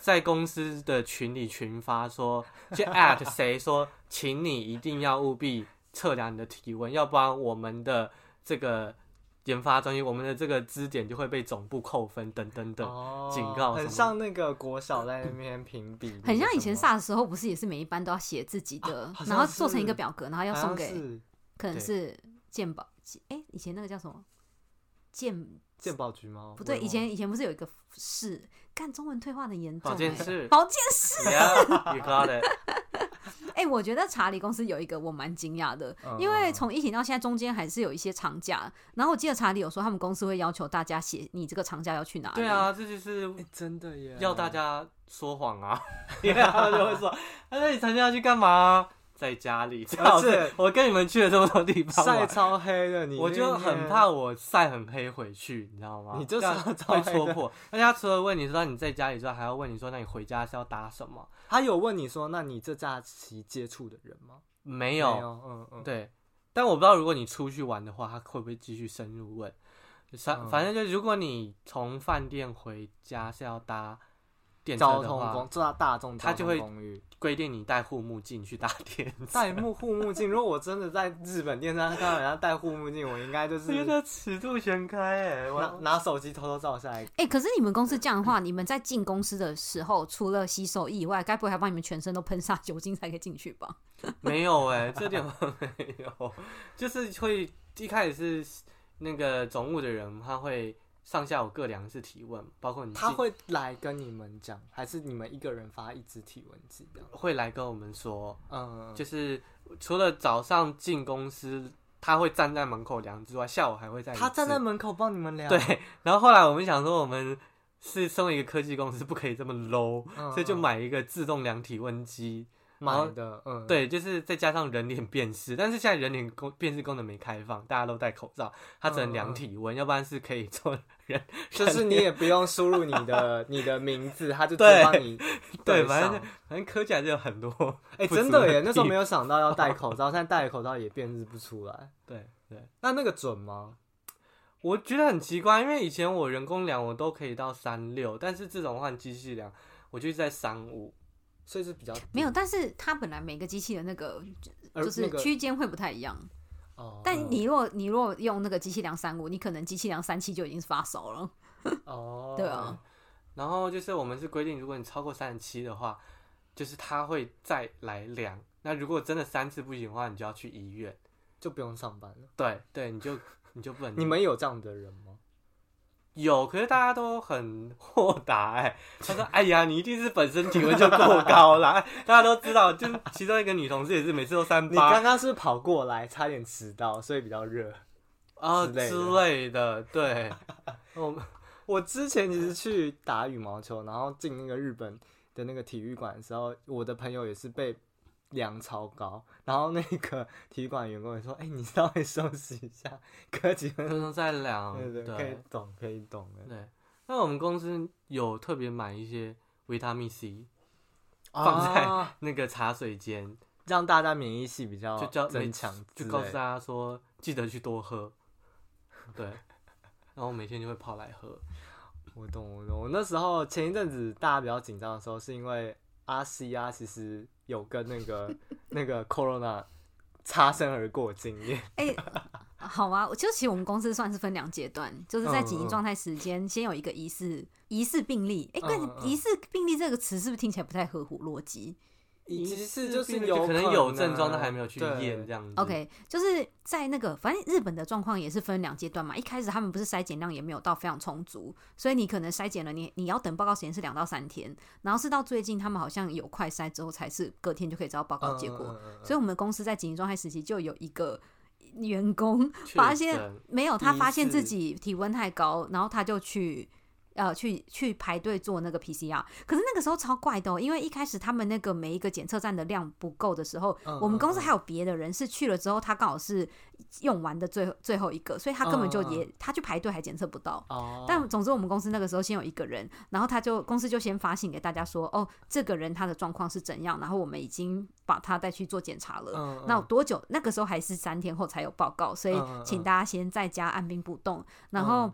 [SPEAKER 3] 在公司的群里群发说，去 at 谁说，请你一定要务必测量你的体温，要不然我们的这个研发中心，我们的这个支点就会被总部扣分等等等。
[SPEAKER 2] 哦
[SPEAKER 3] 警告什么
[SPEAKER 2] 很
[SPEAKER 3] 的
[SPEAKER 2] 像那个国小在那边
[SPEAKER 1] *laughs*
[SPEAKER 2] 评比，
[SPEAKER 1] 很像以前
[SPEAKER 2] 上，
[SPEAKER 1] 萨的时候，不是也是每一班都要写自己的，
[SPEAKER 2] 啊好像
[SPEAKER 1] 然后做成一
[SPEAKER 2] 是
[SPEAKER 1] 个表格，然后要
[SPEAKER 2] 好
[SPEAKER 1] 送
[SPEAKER 2] 像
[SPEAKER 1] 给
[SPEAKER 2] 是
[SPEAKER 1] 可能
[SPEAKER 3] 对
[SPEAKER 1] 是鉴宝，哎、以前那个叫什么鉴？
[SPEAKER 2] 鉴宝局吗？
[SPEAKER 1] 不对，
[SPEAKER 2] 我也
[SPEAKER 1] 以
[SPEAKER 2] 忘了
[SPEAKER 1] 前以前不是有一个市干中文退化的严重、
[SPEAKER 3] 保健
[SPEAKER 1] 欸
[SPEAKER 3] 室
[SPEAKER 1] 保健室。
[SPEAKER 3] Yeah, you got it。
[SPEAKER 1] 哎、我觉得查理公司有一个我蛮惊讶的，
[SPEAKER 2] 嗯
[SPEAKER 1] 因为从疫情到现在中间还是有一些长假，然后我记得查理有说他们公司会要求大家写你这个长假要去哪里。
[SPEAKER 3] 对， *laughs* 啊，这就是
[SPEAKER 2] 哎真的耶，
[SPEAKER 3] 要大家说谎 *laughs* 啊，因为他们就会说， *laughs* 哎，那你长假去干嘛？在家里，最好
[SPEAKER 2] 而
[SPEAKER 3] 是
[SPEAKER 2] 且
[SPEAKER 3] 我跟你们去了这么多地方玩
[SPEAKER 2] *laughs* 晒超黑的你，
[SPEAKER 3] 我就很怕。我晒很黑回去，你知道吗？
[SPEAKER 2] 你就是
[SPEAKER 3] 这样
[SPEAKER 2] 要
[SPEAKER 3] 会
[SPEAKER 2] 找
[SPEAKER 3] 戳 *laughs* 破。大家除了问你说你在家里之外，还要问你说那你回家是要打什么？
[SPEAKER 2] 他有问你说，那你这假期接触的人吗？
[SPEAKER 3] 没
[SPEAKER 2] 没
[SPEAKER 3] 有，
[SPEAKER 2] 嗯嗯，
[SPEAKER 3] 对。但我不知道如果你出去玩的话，他会不会继续深入问？反
[SPEAKER 2] 嗯
[SPEAKER 3] 反正就如果你从饭店回家是要搭电车
[SPEAKER 2] 交
[SPEAKER 3] 的
[SPEAKER 2] 通
[SPEAKER 3] 话
[SPEAKER 2] 工，，坐到大众
[SPEAKER 3] 他
[SPEAKER 2] 交
[SPEAKER 3] 就
[SPEAKER 2] 通
[SPEAKER 3] 会
[SPEAKER 2] 公寓，
[SPEAKER 3] 规定你戴护目镜去搭电
[SPEAKER 2] *laughs*
[SPEAKER 3] 车。 *laughs*
[SPEAKER 2] 戴目护目镜。如果我真的在日本电商看到人家戴护目镜，我应该就是
[SPEAKER 3] 我觉得尺度全开哎、我
[SPEAKER 2] 拿拿手机偷偷照下来。
[SPEAKER 1] 哎、可是你们公司这样的话，你们在进公司的时候，除了洗手以外，该不会还帮你们全身都喷洒酒精才可以进去吧？
[SPEAKER 3] 没有哎、这点我没有，就是会一开始是那个总务的人，他会上下午各两次体问，包括你
[SPEAKER 2] 他
[SPEAKER 3] 进
[SPEAKER 2] 会来跟你们讲，还是你们一个人发一支体温计这样？
[SPEAKER 3] 会来跟我们说，
[SPEAKER 2] 嗯，
[SPEAKER 3] 就是除了早上进公司，他会站在门口量之外，下午还会在
[SPEAKER 2] 他站在门口帮你们量，
[SPEAKER 3] 对， *laughs* 然后后来我们想说，我们是身为一个科技公司，不可以这么 low，、
[SPEAKER 2] 嗯
[SPEAKER 3] 所以就买一个自动量体温机。
[SPEAKER 2] 买的，嗯，，
[SPEAKER 3] 对，就是再加上人脸辨识，但是现在人脸功辨识功能没开放，大家都戴口罩，它只能
[SPEAKER 2] 嗯嗯
[SPEAKER 3] 量体温，要不然是可以做人。
[SPEAKER 2] 就是你也不用输入你的 *laughs* 你的名字，他就直
[SPEAKER 3] 对
[SPEAKER 2] 接帮你
[SPEAKER 3] *laughs*
[SPEAKER 2] 上
[SPEAKER 3] 对，反正就反正科技还是有很多不足
[SPEAKER 2] 哎、
[SPEAKER 3] 地。
[SPEAKER 2] 真的耶，那时候没有想到要戴口罩，现在戴了口罩也辨认不出来。
[SPEAKER 3] *laughs* 对对，
[SPEAKER 2] 那那个准吗？
[SPEAKER 3] 我觉得很奇怪，因为以前我人工量我都可以到三六，但是自从换机器量，我就一直在三五。
[SPEAKER 2] 所以是比较低
[SPEAKER 1] 没有，，但是它本来每个机器的那个
[SPEAKER 2] 而
[SPEAKER 1] 就是
[SPEAKER 2] 呃那个
[SPEAKER 1] 区间会不太一样。
[SPEAKER 2] 哦，
[SPEAKER 3] 嗯
[SPEAKER 1] 但你若你若用那个机器量三五，你可能机器量三七就已经是发烧了。*laughs*
[SPEAKER 2] 哦，
[SPEAKER 1] 对
[SPEAKER 2] *laughs*
[SPEAKER 1] 啊，
[SPEAKER 3] 然后就是我们是规定，如果你超过三十七的话，就是他会再来量。那如果真的三次不行的话，你就要去医院。
[SPEAKER 2] 就不用上班了。
[SPEAKER 3] 对对，你就你就不
[SPEAKER 2] *laughs*
[SPEAKER 3] 能。
[SPEAKER 2] 你们有这样的人吗？
[SPEAKER 3] 有，可是大家都很 *laughs* 豁达哎、他说：“哎呀，你一定是本身体温就够高啦。 *laughs* 哎”大家都知道，就是其中一个女同事也是每次都三
[SPEAKER 2] 你
[SPEAKER 3] 八
[SPEAKER 2] 刚刚是跑过来，差点迟到，所以比较热。
[SPEAKER 3] 啊
[SPEAKER 2] 之类的
[SPEAKER 3] 之类的。对，我们
[SPEAKER 2] 我之前其实去打羽毛球，然后进那个日本的那个体育馆的时候，我的朋友也是被量超高，然后那个体育馆员工也说：“哎、你稍微休息一下，科技很。
[SPEAKER 3] 都在量，
[SPEAKER 2] 对对，
[SPEAKER 3] 嗯对
[SPEAKER 2] 可以懂，可以懂的。
[SPEAKER 3] 对，那我们公司有特别买一些维他命 C，
[SPEAKER 2] 放
[SPEAKER 3] 放在
[SPEAKER 2] 在、
[SPEAKER 3] 那个茶水间，
[SPEAKER 2] 让大家免疫系比较
[SPEAKER 3] 就叫每
[SPEAKER 2] 增
[SPEAKER 3] 次
[SPEAKER 2] 强之
[SPEAKER 3] 就
[SPEAKER 2] 类，
[SPEAKER 3] 告诉大家说记得去多喝。 *laughs* 对，然后我每天就会泡来喝。
[SPEAKER 2] 我懂，我懂。我那时候前一阵子大家比较紧张的时候，是因为阿西啊，其实有跟那个那个 corona 擦身而过经验。
[SPEAKER 1] 哎、好啊，就其实我们公司算是分两阶段，就是在紧
[SPEAKER 2] 嗯
[SPEAKER 1] 急
[SPEAKER 2] 嗯
[SPEAKER 1] 状态时间，先有一个疑似疑似病例。哎、
[SPEAKER 2] 嗯嗯
[SPEAKER 1] 那
[SPEAKER 2] 嗯
[SPEAKER 1] 疑似病例这个词是不是听起来不太合乎逻辑
[SPEAKER 2] 其实
[SPEAKER 3] 就是可
[SPEAKER 2] 啊
[SPEAKER 3] 能有症状，但
[SPEAKER 2] 但
[SPEAKER 3] 还没有去验这样子。
[SPEAKER 1] ？OK，就是在那个反正日本的状况也是分两阶段嘛。一开始他们不是筛检量也没有到非常充足，所以你可能筛检了你你要等报告时间是两到三天，然后是到最近他们好像有快筛之后，才是隔天就可以知道报告哦
[SPEAKER 2] 嗯
[SPEAKER 1] 结果。所以我们公司在紧急状态时期就有一个员工
[SPEAKER 3] 确
[SPEAKER 1] 发现
[SPEAKER 3] 诊
[SPEAKER 1] 没有，他
[SPEAKER 3] 疑
[SPEAKER 1] 发现
[SPEAKER 3] 似
[SPEAKER 1] 自己体温太高，然后他就去。呃，去去排队做那个 PCR，可是那个时候超怪的、哦，因为一开始他们那个每一个检测站的量不够的时候，
[SPEAKER 2] 嗯
[SPEAKER 1] 我们公司
[SPEAKER 2] 嗯
[SPEAKER 1] 还有别的人是去了之后，他刚好是用完的最后最后一个，所以他根本就
[SPEAKER 2] 嗯嗯
[SPEAKER 1] 也、他去排队还检测不到。
[SPEAKER 2] 哦，
[SPEAKER 1] 但总之，我们公司那个时候先有一个人，然后他就公司就先发信给大家说，哦，这个人他的状况是怎样，然后我们已经把他带去做检查了。
[SPEAKER 2] 嗯
[SPEAKER 1] 那有多久？那个时候还是三天后才有报告，所以
[SPEAKER 2] 嗯嗯嗯
[SPEAKER 1] 请大家先在家按兵不动。然后、
[SPEAKER 2] 嗯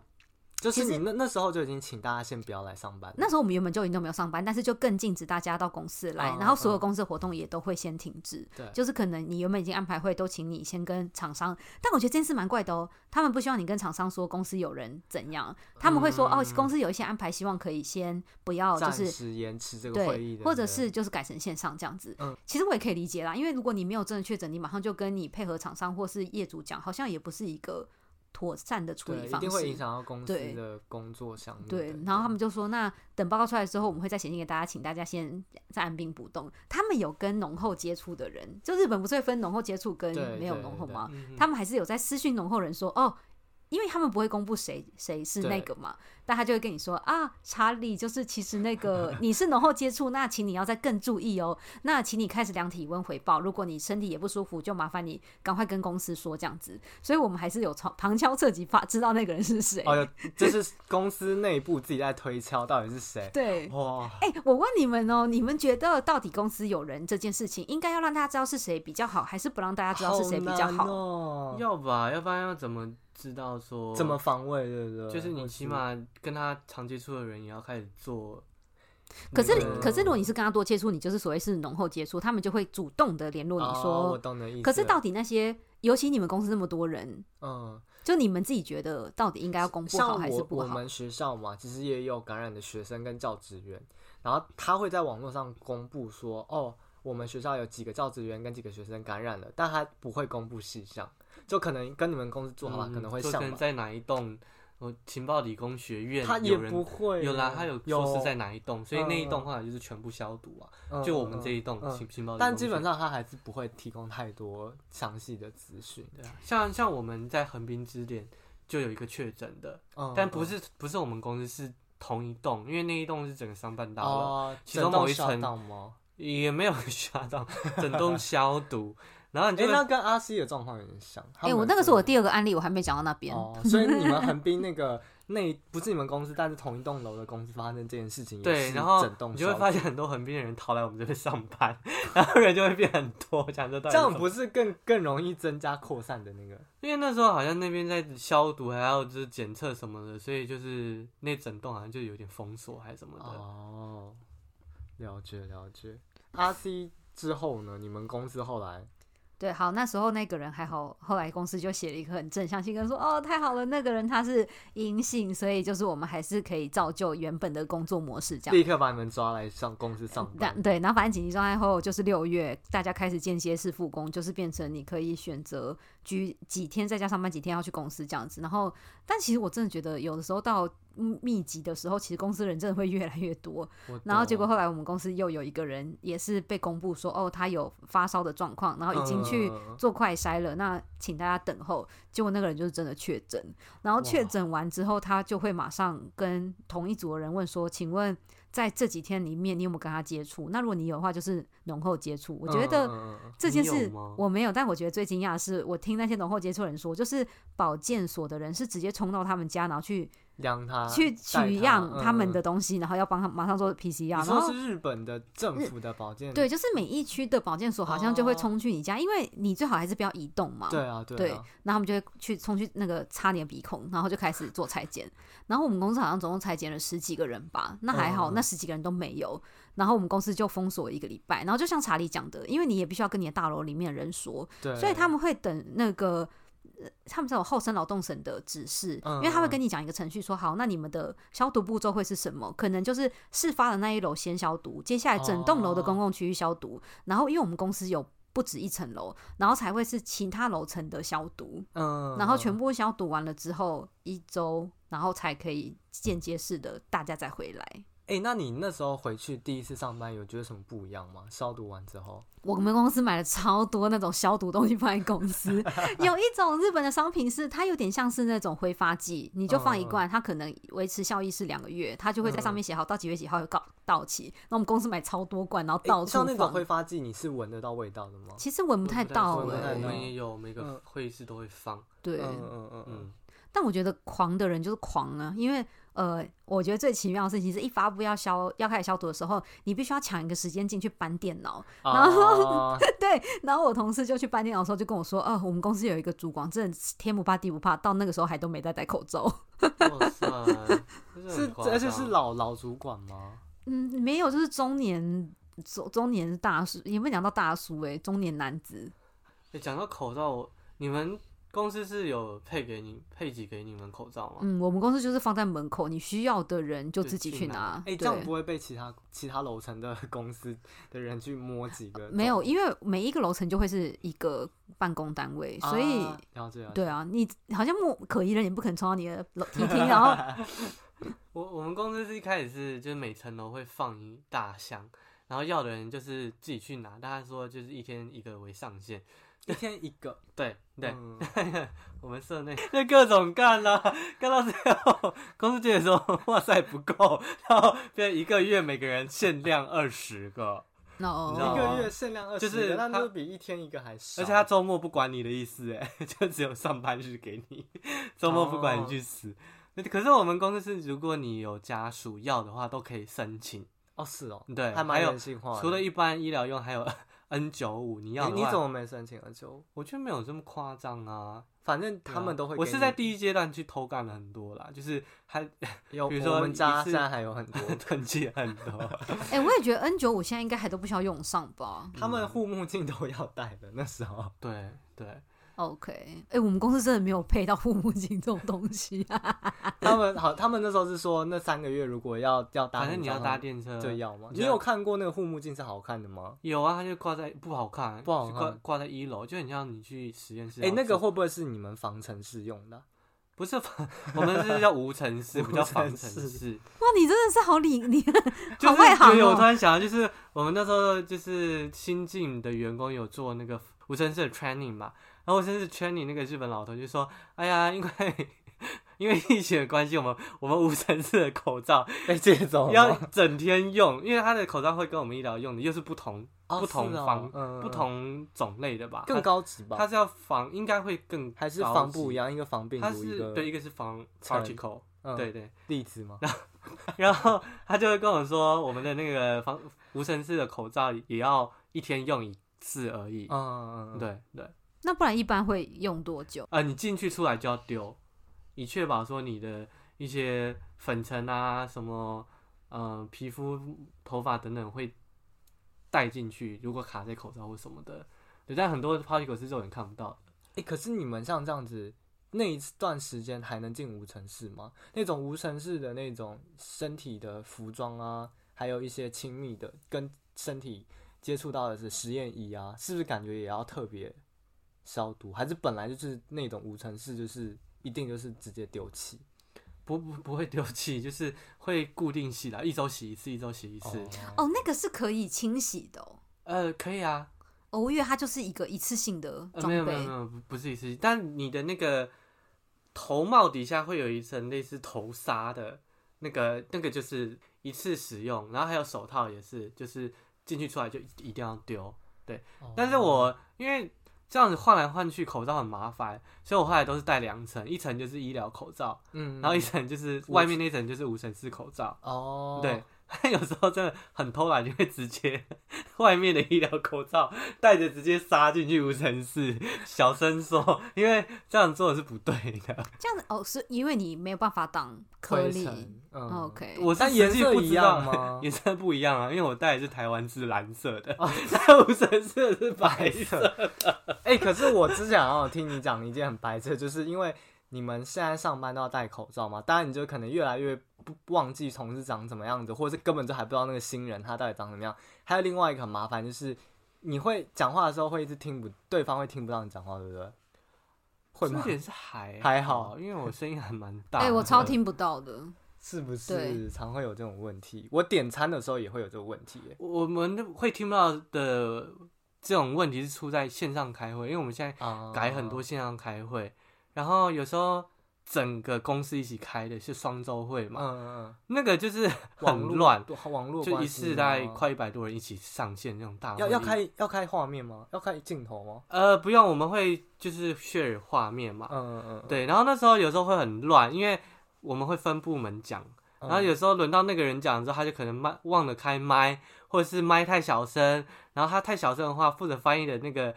[SPEAKER 2] 就是
[SPEAKER 1] 其
[SPEAKER 2] 你
[SPEAKER 1] 实
[SPEAKER 2] 那那时候就已经请大家先不要来上班，
[SPEAKER 1] 那时候我们原本就已经都没有上班，但是就更禁止大家到公司来，
[SPEAKER 2] 嗯嗯
[SPEAKER 1] 然后所有公司活动也都会先停止。
[SPEAKER 2] 对
[SPEAKER 1] 就是可能你原本已经安排会，都请你先跟厂商。但我觉得这件事蛮怪的哦，他们不希望你跟厂商说公司有人怎样，他们会说、哦，公司有一些安排，希望可以先不要就
[SPEAKER 2] 嗯暂
[SPEAKER 1] 是
[SPEAKER 2] 时延迟这个会议
[SPEAKER 1] 对，
[SPEAKER 2] 的，
[SPEAKER 1] 或者是就是改成线上这样子。
[SPEAKER 2] 嗯
[SPEAKER 1] 其实我也可以理解啦，因为如果你没有真的确诊，你马上就跟你配合厂商或是业主讲，好像也不是一个妥善的处
[SPEAKER 2] 对
[SPEAKER 1] 理
[SPEAKER 2] 一
[SPEAKER 1] 方
[SPEAKER 2] 定会影
[SPEAKER 1] 式。
[SPEAKER 2] 响到公司
[SPEAKER 1] 对
[SPEAKER 2] 的工作项目等
[SPEAKER 1] 对
[SPEAKER 2] 等。，
[SPEAKER 1] 然后他们就说，那等报告出来之后，我们会再写信给大家，请大家先再按兵不动。他们有跟浓厚接触的人，就日本不是会分浓厚接触跟
[SPEAKER 2] 对
[SPEAKER 1] 没有
[SPEAKER 2] 对
[SPEAKER 1] 浓厚
[SPEAKER 2] 对
[SPEAKER 1] 吗？
[SPEAKER 3] 嗯
[SPEAKER 1] 他们还是有在私讯浓厚人说，哦，因为他们不会公布谁谁是那个嘛，但他就会跟你说啊，查理就是其实那个你是浓厚接触，那请你要再更注意哦，那请你开始量体温回报，如果你身体也不舒服，就麻烦你赶快跟公司说这样子。所以我们还是有从旁敲侧击发知道那个人是谁。
[SPEAKER 2] 哦，有就是公司内部自己在推敲到底是谁。
[SPEAKER 1] 对，
[SPEAKER 2] 哇，
[SPEAKER 1] 哎、我问你们哦，你们觉得到底公司有人这件事情，应该要让大家知道是谁比较好，还是不让大家知道是谁比较好？
[SPEAKER 2] 哦
[SPEAKER 3] 要吧，要不然要怎么知道说
[SPEAKER 2] 怎么？防卫，对不对？
[SPEAKER 3] 就是
[SPEAKER 2] 或
[SPEAKER 3] 你起码跟他常接触的人也要开始做
[SPEAKER 1] 可
[SPEAKER 3] 那
[SPEAKER 1] 是
[SPEAKER 3] 个。
[SPEAKER 1] 你，可是如果你是跟他多接触，你就是所谓是浓厚接触，他们就会主动的联络你
[SPEAKER 2] 哦我
[SPEAKER 1] 说。
[SPEAKER 2] 懂你的意思了。
[SPEAKER 1] 可是到底那些，尤其你们公司那么多人，
[SPEAKER 2] 嗯，
[SPEAKER 1] 就你们自己觉得到底应该要公布好
[SPEAKER 2] 像
[SPEAKER 1] 还是
[SPEAKER 2] 我
[SPEAKER 1] 不
[SPEAKER 2] 我
[SPEAKER 1] 好？
[SPEAKER 2] 们学校嘛，其实也有感染的学生跟教职员，然后他会在网络上公布说，哦，我们学校有几个教职员跟几个学生感染了，但他不会公布细项，就可能跟你们公司做好了，
[SPEAKER 3] 嗯
[SPEAKER 2] 可能会
[SPEAKER 3] 就
[SPEAKER 2] 像
[SPEAKER 3] 可能
[SPEAKER 2] 吧
[SPEAKER 3] 在哪一栋，我情报理工学院
[SPEAKER 2] 他也
[SPEAKER 3] 有人
[SPEAKER 2] 不会
[SPEAKER 3] 有啦，他有说是在哪一栋，所以那一栋
[SPEAKER 2] 嗯
[SPEAKER 3] 后来就是全部消毒啊，
[SPEAKER 2] 嗯
[SPEAKER 3] 就我们这一栋
[SPEAKER 2] 嗯嗯
[SPEAKER 3] 情情报理工学院。
[SPEAKER 2] 但基本上他还是不会提供太多详细的资讯。
[SPEAKER 3] 对啊，像像我们在横滨支店就有一个确诊的，
[SPEAKER 2] 嗯，
[SPEAKER 3] 但不是不是我们公司是同一栋，因为那一栋是整个商办大楼，
[SPEAKER 2] 哦，
[SPEAKER 3] 其中某一层
[SPEAKER 2] 到吗？
[SPEAKER 3] *laughs* 也没有 *laughs* 吓到，整栋消毒，然后你
[SPEAKER 2] 哎、
[SPEAKER 3] 就会
[SPEAKER 2] 那跟阿西的状况有点像。
[SPEAKER 1] 哎、
[SPEAKER 2] 哎、
[SPEAKER 1] 我那个是我第二个案例，我还没讲到那边。
[SPEAKER 2] 哦，所以你们横滨那个那不是你们公司，但是同一栋楼的公司发生这件事情也
[SPEAKER 3] 对，
[SPEAKER 2] 是
[SPEAKER 3] 然后
[SPEAKER 2] 整栋
[SPEAKER 3] 你就会
[SPEAKER 2] 烧
[SPEAKER 3] 发现很多横滨的人逃来我们这边上班， *laughs* 然后人就会变很多。讲这
[SPEAKER 2] 这
[SPEAKER 3] 段
[SPEAKER 2] 样不是更更容易增加扩散的那个？
[SPEAKER 3] 因为那时候好像那边在消毒，还要就是检测什么的，所以就是那整栋好像就有点封锁还是什么的。
[SPEAKER 2] 哦，了解了解。阿 C 之后呢？你们公司后来
[SPEAKER 1] 对，好，那时候那个人还好，后来公司就写了一个很正向新闻，说哦，太好了，那个人他是阴性，所以就是我们还是可以造就原本的工作模式这样。
[SPEAKER 2] 立刻把你们抓来上公司上
[SPEAKER 1] 那
[SPEAKER 2] 班，
[SPEAKER 1] 对，然后反正紧急状态后就是六月，大家开始间歇式复工，就是变成你可以选择居几天在家上班，几天要去公司这样子。然后，但其实我真的觉得有的时候到嗯密集的时候，其实公司人真的会越来越多。
[SPEAKER 2] 我
[SPEAKER 1] 然后结果
[SPEAKER 2] 懂
[SPEAKER 1] 后来我们公司又有一个人也是被公布说，哦，他有发烧的状况，然后已经去
[SPEAKER 2] 嗯嗯嗯嗯
[SPEAKER 1] 做快筛了，那请大家等候。结果那个人就是真的确诊，然后确诊完之后，他就会马上跟同一组的人问说，请问在这几天里面你有没有跟他接触？那如果你有的话，就是浓厚接触。我觉得。
[SPEAKER 2] 嗯嗯嗯
[SPEAKER 1] 这件
[SPEAKER 3] 你
[SPEAKER 1] 事
[SPEAKER 3] 有吗
[SPEAKER 1] 我没有，但我觉得最惊讶的是，我听那些浓厚接触的人说，就是保健所的人是直接冲到他们家，然后去
[SPEAKER 2] 量他
[SPEAKER 1] 去
[SPEAKER 2] 啊带
[SPEAKER 1] 取样
[SPEAKER 2] 嗯
[SPEAKER 1] 他们的
[SPEAKER 2] 嗯
[SPEAKER 1] 东西，然后要帮他马上做 PCR，
[SPEAKER 2] 你
[SPEAKER 1] 然
[SPEAKER 2] 说
[SPEAKER 1] 后
[SPEAKER 2] 是日本的政府的保健
[SPEAKER 1] 对，就是每一区的保健所好像就会
[SPEAKER 2] 哦
[SPEAKER 1] 冲去你家，因为你最好还是不要移动嘛。
[SPEAKER 2] 对啊
[SPEAKER 1] 对
[SPEAKER 2] 对啊，
[SPEAKER 1] 然后他们就会去冲去那个擦你的鼻孔，然后就开始做裁剪。然后我们公司好像总共裁剪了十几个人吧，那还好，
[SPEAKER 2] 嗯
[SPEAKER 1] 那十几个人都没有。然后我们公司就封锁一个礼拜。然后就像查理讲的，因为你也必须要跟你的大楼里面的人说，
[SPEAKER 2] 对，
[SPEAKER 1] 所以他们会等那个。呃他们才有后生劳动省的指示，
[SPEAKER 2] 嗯
[SPEAKER 1] 因为他会跟你讲一个程序说好，那你们的消毒步骤会是什么？可能就是事发的那一楼先消毒，接下来整栋楼的
[SPEAKER 2] 哦
[SPEAKER 1] 公共区域消毒，然后因为我们公司有不止一层楼，然后才会是其他楼层的消毒，
[SPEAKER 2] 嗯，
[SPEAKER 1] 然后全
[SPEAKER 2] 部
[SPEAKER 1] 部消毒完了之后一周，然后才可以间接式的大家再回来。
[SPEAKER 2] 哎，那你那时候回去第一次上班有觉得什么不一样吗？消毒完之后，
[SPEAKER 1] 我们公司买了超多那种消毒东西放在公司，
[SPEAKER 2] *laughs*
[SPEAKER 1] 有一种日本的商品是它有点像是那种挥发剂，你就放一
[SPEAKER 2] 嗯
[SPEAKER 1] 罐，它可能维持效益是两个月，它就会在上面写好到几月几号有到到期。那我们公司买超多罐，然后
[SPEAKER 2] 诶
[SPEAKER 1] 到处
[SPEAKER 2] 像那种
[SPEAKER 1] 放
[SPEAKER 2] 挥，发剂，你是闻得到味道的
[SPEAKER 3] *laughs*
[SPEAKER 2] 吗？
[SPEAKER 1] 其实闻不太到
[SPEAKER 2] 闻
[SPEAKER 3] 我
[SPEAKER 2] 不太
[SPEAKER 1] 哎、
[SPEAKER 2] 到
[SPEAKER 3] 们也有每
[SPEAKER 2] 嗯
[SPEAKER 3] 个会议室都会放，
[SPEAKER 1] 对，
[SPEAKER 2] 嗯嗯嗯嗯。
[SPEAKER 3] 嗯，
[SPEAKER 1] 但我觉得狂的人就是狂啊，因为呃，我觉得最奇妙的事情是一发布要消要开始消毒的时候，你必须要抢一个时间进去搬电脑。
[SPEAKER 2] 哦
[SPEAKER 1] 然
[SPEAKER 3] 哦
[SPEAKER 2] 后
[SPEAKER 1] 对，然后我同事就去搬电脑的时候就跟我说，哦、我们公司有一个主管，真的是天不怕地不怕，到那个时候还都没在戴口罩。 *laughs*
[SPEAKER 3] 哇塞，真的很
[SPEAKER 2] 是，
[SPEAKER 3] 夸
[SPEAKER 2] 而且是
[SPEAKER 3] 张
[SPEAKER 2] 老老主管吗？
[SPEAKER 1] 嗯，没有，就是中年中中年大叔，也不讲到大叔哎、中年男子。
[SPEAKER 3] 欸讲到口罩，我你们公司是有配给你配给给你们口罩吗？
[SPEAKER 1] 嗯，我们公司就是放在门口，你需要的人就
[SPEAKER 3] 就
[SPEAKER 1] 自己
[SPEAKER 3] 去
[SPEAKER 1] 去
[SPEAKER 3] 拿
[SPEAKER 1] 拿。
[SPEAKER 2] 哎、
[SPEAKER 1] 对。
[SPEAKER 2] 这样不会被其他其他楼层的 *laughs* 公司的人去摸几个？
[SPEAKER 1] 没有，，因为每一个楼层就会是一个办公单位，所以、
[SPEAKER 2] 啊、了解了解。
[SPEAKER 1] 对啊，你好像莫可疑人也不可能冲到你的楼梯厅，然
[SPEAKER 3] *laughs*
[SPEAKER 1] 后
[SPEAKER 3] 我我们公司是一开始是就是每层楼会放一大箱，然后要的人就是自己去拿，但他说就是一天一个为上限。
[SPEAKER 2] 一天一个，
[SPEAKER 3] 对对，
[SPEAKER 2] 嗯
[SPEAKER 3] 我们社内那各种干啦、干到最后， *laughs* 公司觉得说哇塞不够，然后变一个月每个人限量二十个，
[SPEAKER 1] 那
[SPEAKER 3] 你知道
[SPEAKER 2] 一
[SPEAKER 1] 哦，
[SPEAKER 3] 吗
[SPEAKER 2] 个月限量二
[SPEAKER 3] 就
[SPEAKER 2] 十
[SPEAKER 3] 是
[SPEAKER 2] 个，那
[SPEAKER 3] 他
[SPEAKER 2] 就比一天一个还少。
[SPEAKER 3] 而且他周末不管你的意思，哎， *laughs* 就只有上班日给你，周末不管你
[SPEAKER 2] 哦
[SPEAKER 3] 去死。那可是我们公司是，如果你有家属要的话，都可以申请。
[SPEAKER 2] 哦是哦，
[SPEAKER 3] 对，
[SPEAKER 2] 还
[SPEAKER 3] 还
[SPEAKER 2] 蛮
[SPEAKER 3] 有
[SPEAKER 2] 人性化的。
[SPEAKER 3] 除了一般医疗用，还有 *laughs* N 九五，你要
[SPEAKER 2] 哎
[SPEAKER 3] 的
[SPEAKER 2] 你
[SPEAKER 3] 话
[SPEAKER 2] 怎么没申请二九？
[SPEAKER 3] 我觉得没有这么夸张啊。
[SPEAKER 2] 反正
[SPEAKER 3] 对
[SPEAKER 2] 他们
[SPEAKER 3] 啊
[SPEAKER 2] 都会给你。
[SPEAKER 3] 我是在第一阶段去偷干了很多
[SPEAKER 2] *laughs*
[SPEAKER 3] 啦，就是还
[SPEAKER 2] 有，
[SPEAKER 3] 比如说
[SPEAKER 2] 我们家
[SPEAKER 3] 一次
[SPEAKER 2] 现在还有很
[SPEAKER 3] *laughs*
[SPEAKER 2] 多，
[SPEAKER 3] 囤积很多。
[SPEAKER 1] 哎、我也觉得 N 九五现在应该还都不需要用上吧
[SPEAKER 2] 他
[SPEAKER 3] 嗯
[SPEAKER 2] 们护目镜都要戴的那时候。
[SPEAKER 3] *laughs* 对对，
[SPEAKER 1] ？OK，哎、我们公司真的没有配到护目镜这种东西啊。
[SPEAKER 2] 他们 *laughs* 好，他们那时候是说那三个月如果要要搭
[SPEAKER 3] 反
[SPEAKER 2] 护照，
[SPEAKER 3] 正你要搭电车
[SPEAKER 2] 他们就要吗？
[SPEAKER 3] 你
[SPEAKER 2] 你
[SPEAKER 3] 就
[SPEAKER 2] 有看过那个护目镜是好看的吗？
[SPEAKER 3] 有啊，它就挂在不好看，
[SPEAKER 2] 不好
[SPEAKER 3] 就挂
[SPEAKER 2] 看
[SPEAKER 3] 挂在一楼，就很像你去实验室。
[SPEAKER 2] 哎、那个会不会是你们防尘适用的啊？ *laughs*
[SPEAKER 3] 不是 *laughs* 房，我们是叫无尘室，不叫房尘
[SPEAKER 2] 无尘
[SPEAKER 3] 室。
[SPEAKER 1] 哇，你真的是好理你， *laughs*
[SPEAKER 3] 就
[SPEAKER 1] 好
[SPEAKER 3] 是
[SPEAKER 1] 外行
[SPEAKER 3] 有有，我突
[SPEAKER 1] 哦。
[SPEAKER 3] 然想到，就是我们那时候就是新进的员工有做那个无尘室的 training 嘛，然后无尘室 training 那个日本老头就说：“哎呀，因为 *laughs* 因为疫情的关系，我们我们无尘室的口罩
[SPEAKER 2] 被借走了
[SPEAKER 3] 要整天用，因为他的口罩会跟我们医疗用的又是不同、
[SPEAKER 2] 哦
[SPEAKER 3] 不同
[SPEAKER 2] 是哦
[SPEAKER 3] 方、
[SPEAKER 2] 嗯
[SPEAKER 3] 不同种类的吧？
[SPEAKER 2] 更高级吧？
[SPEAKER 3] 它，它是要防，应该会更
[SPEAKER 2] 还是
[SPEAKER 3] 高
[SPEAKER 2] 防
[SPEAKER 3] 级
[SPEAKER 2] 不一，样，一个防病
[SPEAKER 3] 它
[SPEAKER 2] 毒，一
[SPEAKER 3] 是
[SPEAKER 2] 个
[SPEAKER 3] 对一个是防
[SPEAKER 2] 尘
[SPEAKER 3] particle，、
[SPEAKER 2] 嗯
[SPEAKER 3] 对对。
[SPEAKER 2] 例子
[SPEAKER 3] *laughs*
[SPEAKER 2] 吗？
[SPEAKER 3] 然后他就会跟我说，我们的那个防无尘室的口罩也要一天用一次而已。
[SPEAKER 2] 嗯，嗯嗯
[SPEAKER 3] 对对，啊、
[SPEAKER 1] 那不然一般会用多久？
[SPEAKER 3] 你进去出来就要丢，以确保说你的一些粉尘啊、什么呃皮肤、头发等等会带进去，如果卡在口罩或什么的。对，但很多 particle 是肉眼看不到的。
[SPEAKER 2] 哎、可是你们像这样子，那一段时间还能进无尘室吗？那种无尘室的那种身体的服装啊，还有一些亲密的跟身体接触到的是实验衣啊，是不是感觉也要特别消毒？还是本来就是那种无尘室，就是一定就是直接丢弃？
[SPEAKER 3] 不不不会丢弃，就是会固定洗啦，一周洗一次，一周洗一次。
[SPEAKER 1] 哦，那个是可以清洗的哦。
[SPEAKER 3] 呃，可以啊，
[SPEAKER 1] 哦，我以为它就是一个一次性的
[SPEAKER 3] 呃
[SPEAKER 1] 装
[SPEAKER 3] 没有没有
[SPEAKER 1] 备
[SPEAKER 3] 没，有，不不是一次，但你的那个头帽底下会有一层类似头纱的那个，那个就是一次使用，然后还有手套也是，就是进去出来就一定要丢。
[SPEAKER 2] 哦
[SPEAKER 3] 但是我因为这样子换来换去口罩很麻烦，所以我后来都是戴两层，一层就是医疗口罩，
[SPEAKER 2] 嗯，
[SPEAKER 3] 然后一层就是外面那层就是无尘室口罩。
[SPEAKER 2] 哦，
[SPEAKER 3] 对，， *laughs* 有时候真的很偷懒，就会直接 *laughs* 外面的医疗口罩戴着直接杀进去无尘室，小声说，因为这样做是不对的。
[SPEAKER 1] 这样子哦，是因为你没有办法挡颗
[SPEAKER 2] 灰
[SPEAKER 1] 粒。
[SPEAKER 2] 尘，嗯
[SPEAKER 1] OK，
[SPEAKER 3] 我是
[SPEAKER 2] 但颜
[SPEAKER 3] 实际
[SPEAKER 2] 色
[SPEAKER 3] 不
[SPEAKER 2] 一
[SPEAKER 3] 知道
[SPEAKER 2] 样吗
[SPEAKER 3] 颜色不一样啊，因为我戴的是台湾是蓝色的，
[SPEAKER 2] 哦
[SPEAKER 3] 但无尘室是白色。
[SPEAKER 2] *laughs* 哎、可是我之前好像有听你讲一件很白痴的，就是因为你们现在上班都要戴口罩嘛，当然你就可能越来越不忘记同事长怎么样子，或者是根本就还不知道那个新人他到底长什么样。还有另外一个很麻烦就是，你会讲话的时候会一直听不，对方会听不到你讲话，对不对？会吗
[SPEAKER 3] 这？点是还
[SPEAKER 2] 还好
[SPEAKER 3] 因为我声音还蛮大。
[SPEAKER 1] 哎、我超。听不到的。
[SPEAKER 2] 是不
[SPEAKER 1] 对
[SPEAKER 2] 是常会有这种问题？我点餐的时候也会有这个问题、耶
[SPEAKER 3] 我们会听不到的这种问题是出在线上开会，因为我们现在
[SPEAKER 2] 啊
[SPEAKER 3] 改很多线上开会，然后有时候整个公司一起开的是双周会
[SPEAKER 2] 嗯
[SPEAKER 3] 嘛，
[SPEAKER 2] 嗯
[SPEAKER 3] 那个就是
[SPEAKER 2] 嗯，网
[SPEAKER 3] 很
[SPEAKER 2] 络
[SPEAKER 3] 乱，，
[SPEAKER 2] 网络
[SPEAKER 3] 就
[SPEAKER 2] 关
[SPEAKER 3] 一
[SPEAKER 2] 系啊
[SPEAKER 3] 次大概
[SPEAKER 2] 吗
[SPEAKER 3] 快一百多人一起上线那种大
[SPEAKER 2] 要
[SPEAKER 3] 会
[SPEAKER 2] 要
[SPEAKER 3] 议
[SPEAKER 2] 开要开画面吗？要开镜头吗？
[SPEAKER 3] 呃不用，我们会就是 share 画面嘛，
[SPEAKER 2] 嗯嗯嗯，
[SPEAKER 3] 啊对，然后那时候有时候会很乱，因为我们会分部门讲，
[SPEAKER 2] 嗯
[SPEAKER 3] 然后有时候轮到那个人讲之后，他就可能麦忘了开麦，或者是麦太小声，然后他太小声的话，负责翻译的那个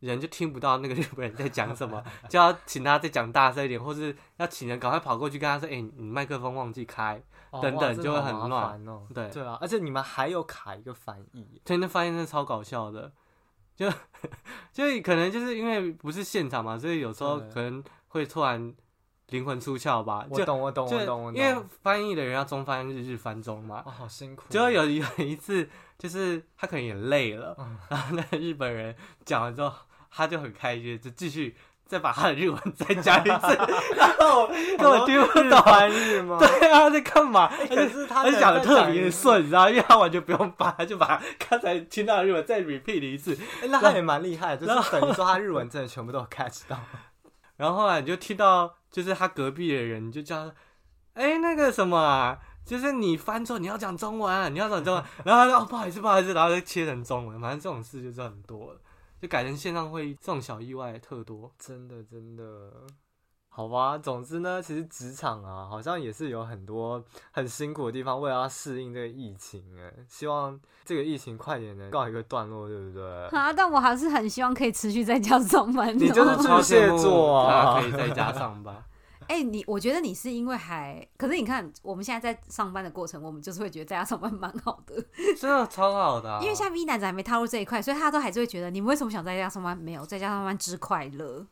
[SPEAKER 3] 人就听不到那个日本人在讲
[SPEAKER 2] *laughs*
[SPEAKER 3] 什么，就要请他再讲大声一点，或是要请人赶快跑过去跟他说：“哎、你你麦克风忘记开。
[SPEAKER 2] 哦
[SPEAKER 3] 等
[SPEAKER 2] 哇
[SPEAKER 3] 等
[SPEAKER 2] 真
[SPEAKER 3] 就
[SPEAKER 2] 的
[SPEAKER 3] 会
[SPEAKER 2] 好
[SPEAKER 3] 很
[SPEAKER 2] 麻
[SPEAKER 3] 乱
[SPEAKER 2] 烦哦”
[SPEAKER 3] 对，
[SPEAKER 2] 对啊，而且你们还有卡一个翻译，
[SPEAKER 3] 对，那翻译真的超搞笑的，就就可能就是因为不是现场嘛，所以有时候
[SPEAKER 2] 对
[SPEAKER 3] 可能会突然灵魂出窍吧，
[SPEAKER 2] 我
[SPEAKER 3] 就
[SPEAKER 2] 懂我懂
[SPEAKER 3] 就
[SPEAKER 2] 我懂我懂，
[SPEAKER 3] 因为翻译的人要中翻日，日翻中嘛。
[SPEAKER 2] 哦好辛苦哦，
[SPEAKER 3] 结果有有一 *laughs* 次，就是他可能也累了，
[SPEAKER 2] 嗯
[SPEAKER 3] 然后那个日本人讲完之后，他就很开心，就继续再把他的日文再讲一次， *laughs* 然后根本听不
[SPEAKER 2] 日
[SPEAKER 3] 懂。
[SPEAKER 2] 翻日吗？
[SPEAKER 3] 对啊，他在干嘛？而
[SPEAKER 2] 可
[SPEAKER 3] 且
[SPEAKER 2] 是 *laughs* 他
[SPEAKER 3] 他
[SPEAKER 2] 的
[SPEAKER 3] 讲的
[SPEAKER 2] 在
[SPEAKER 3] 特别
[SPEAKER 2] 日
[SPEAKER 3] 顺，你知道，因为他完全不用翻，他就把刚才听到的日文再 repeat 一次。
[SPEAKER 2] 哎那他也蛮厉害的，就是等于说他日文真的全部都有 catch 到，
[SPEAKER 3] 然后后啊来你就听到，就是他隔壁的人就叫他，哎，那个什么、啊，就是你翻错，你要讲中文，啊你要讲中文。 *laughs* 然后他说、哦、不好意思，不好意思，然后就切成中文。反正这种事就是很多了，就改成线上会议，这种小意外特多。
[SPEAKER 2] 真的真的。好吧，总之呢，其实职场啊，好像也是有很多很辛苦的地方，为了要适应这个疫情，哎，希望这个疫情快点能告一个段落，对不 *laughs* 对？
[SPEAKER 1] 啊，但我还是很希望可以持续在家上班哦。
[SPEAKER 2] 你就是
[SPEAKER 3] 我
[SPEAKER 2] 巨
[SPEAKER 3] 超羡
[SPEAKER 2] 蟹
[SPEAKER 3] 慕
[SPEAKER 2] 座
[SPEAKER 3] *laughs*
[SPEAKER 2] 啊
[SPEAKER 3] 他可以在家上班。
[SPEAKER 1] 哎、你我觉得你是因为还，可是你看我们现在在上班的过程，我们就是会觉得在家上班蛮好的，
[SPEAKER 3] 真的超好的啊、
[SPEAKER 1] 因为现在 V 男子还没踏入这一块，所以他都还是会觉得你们为什么想在家上班？没有在家上班之快乐，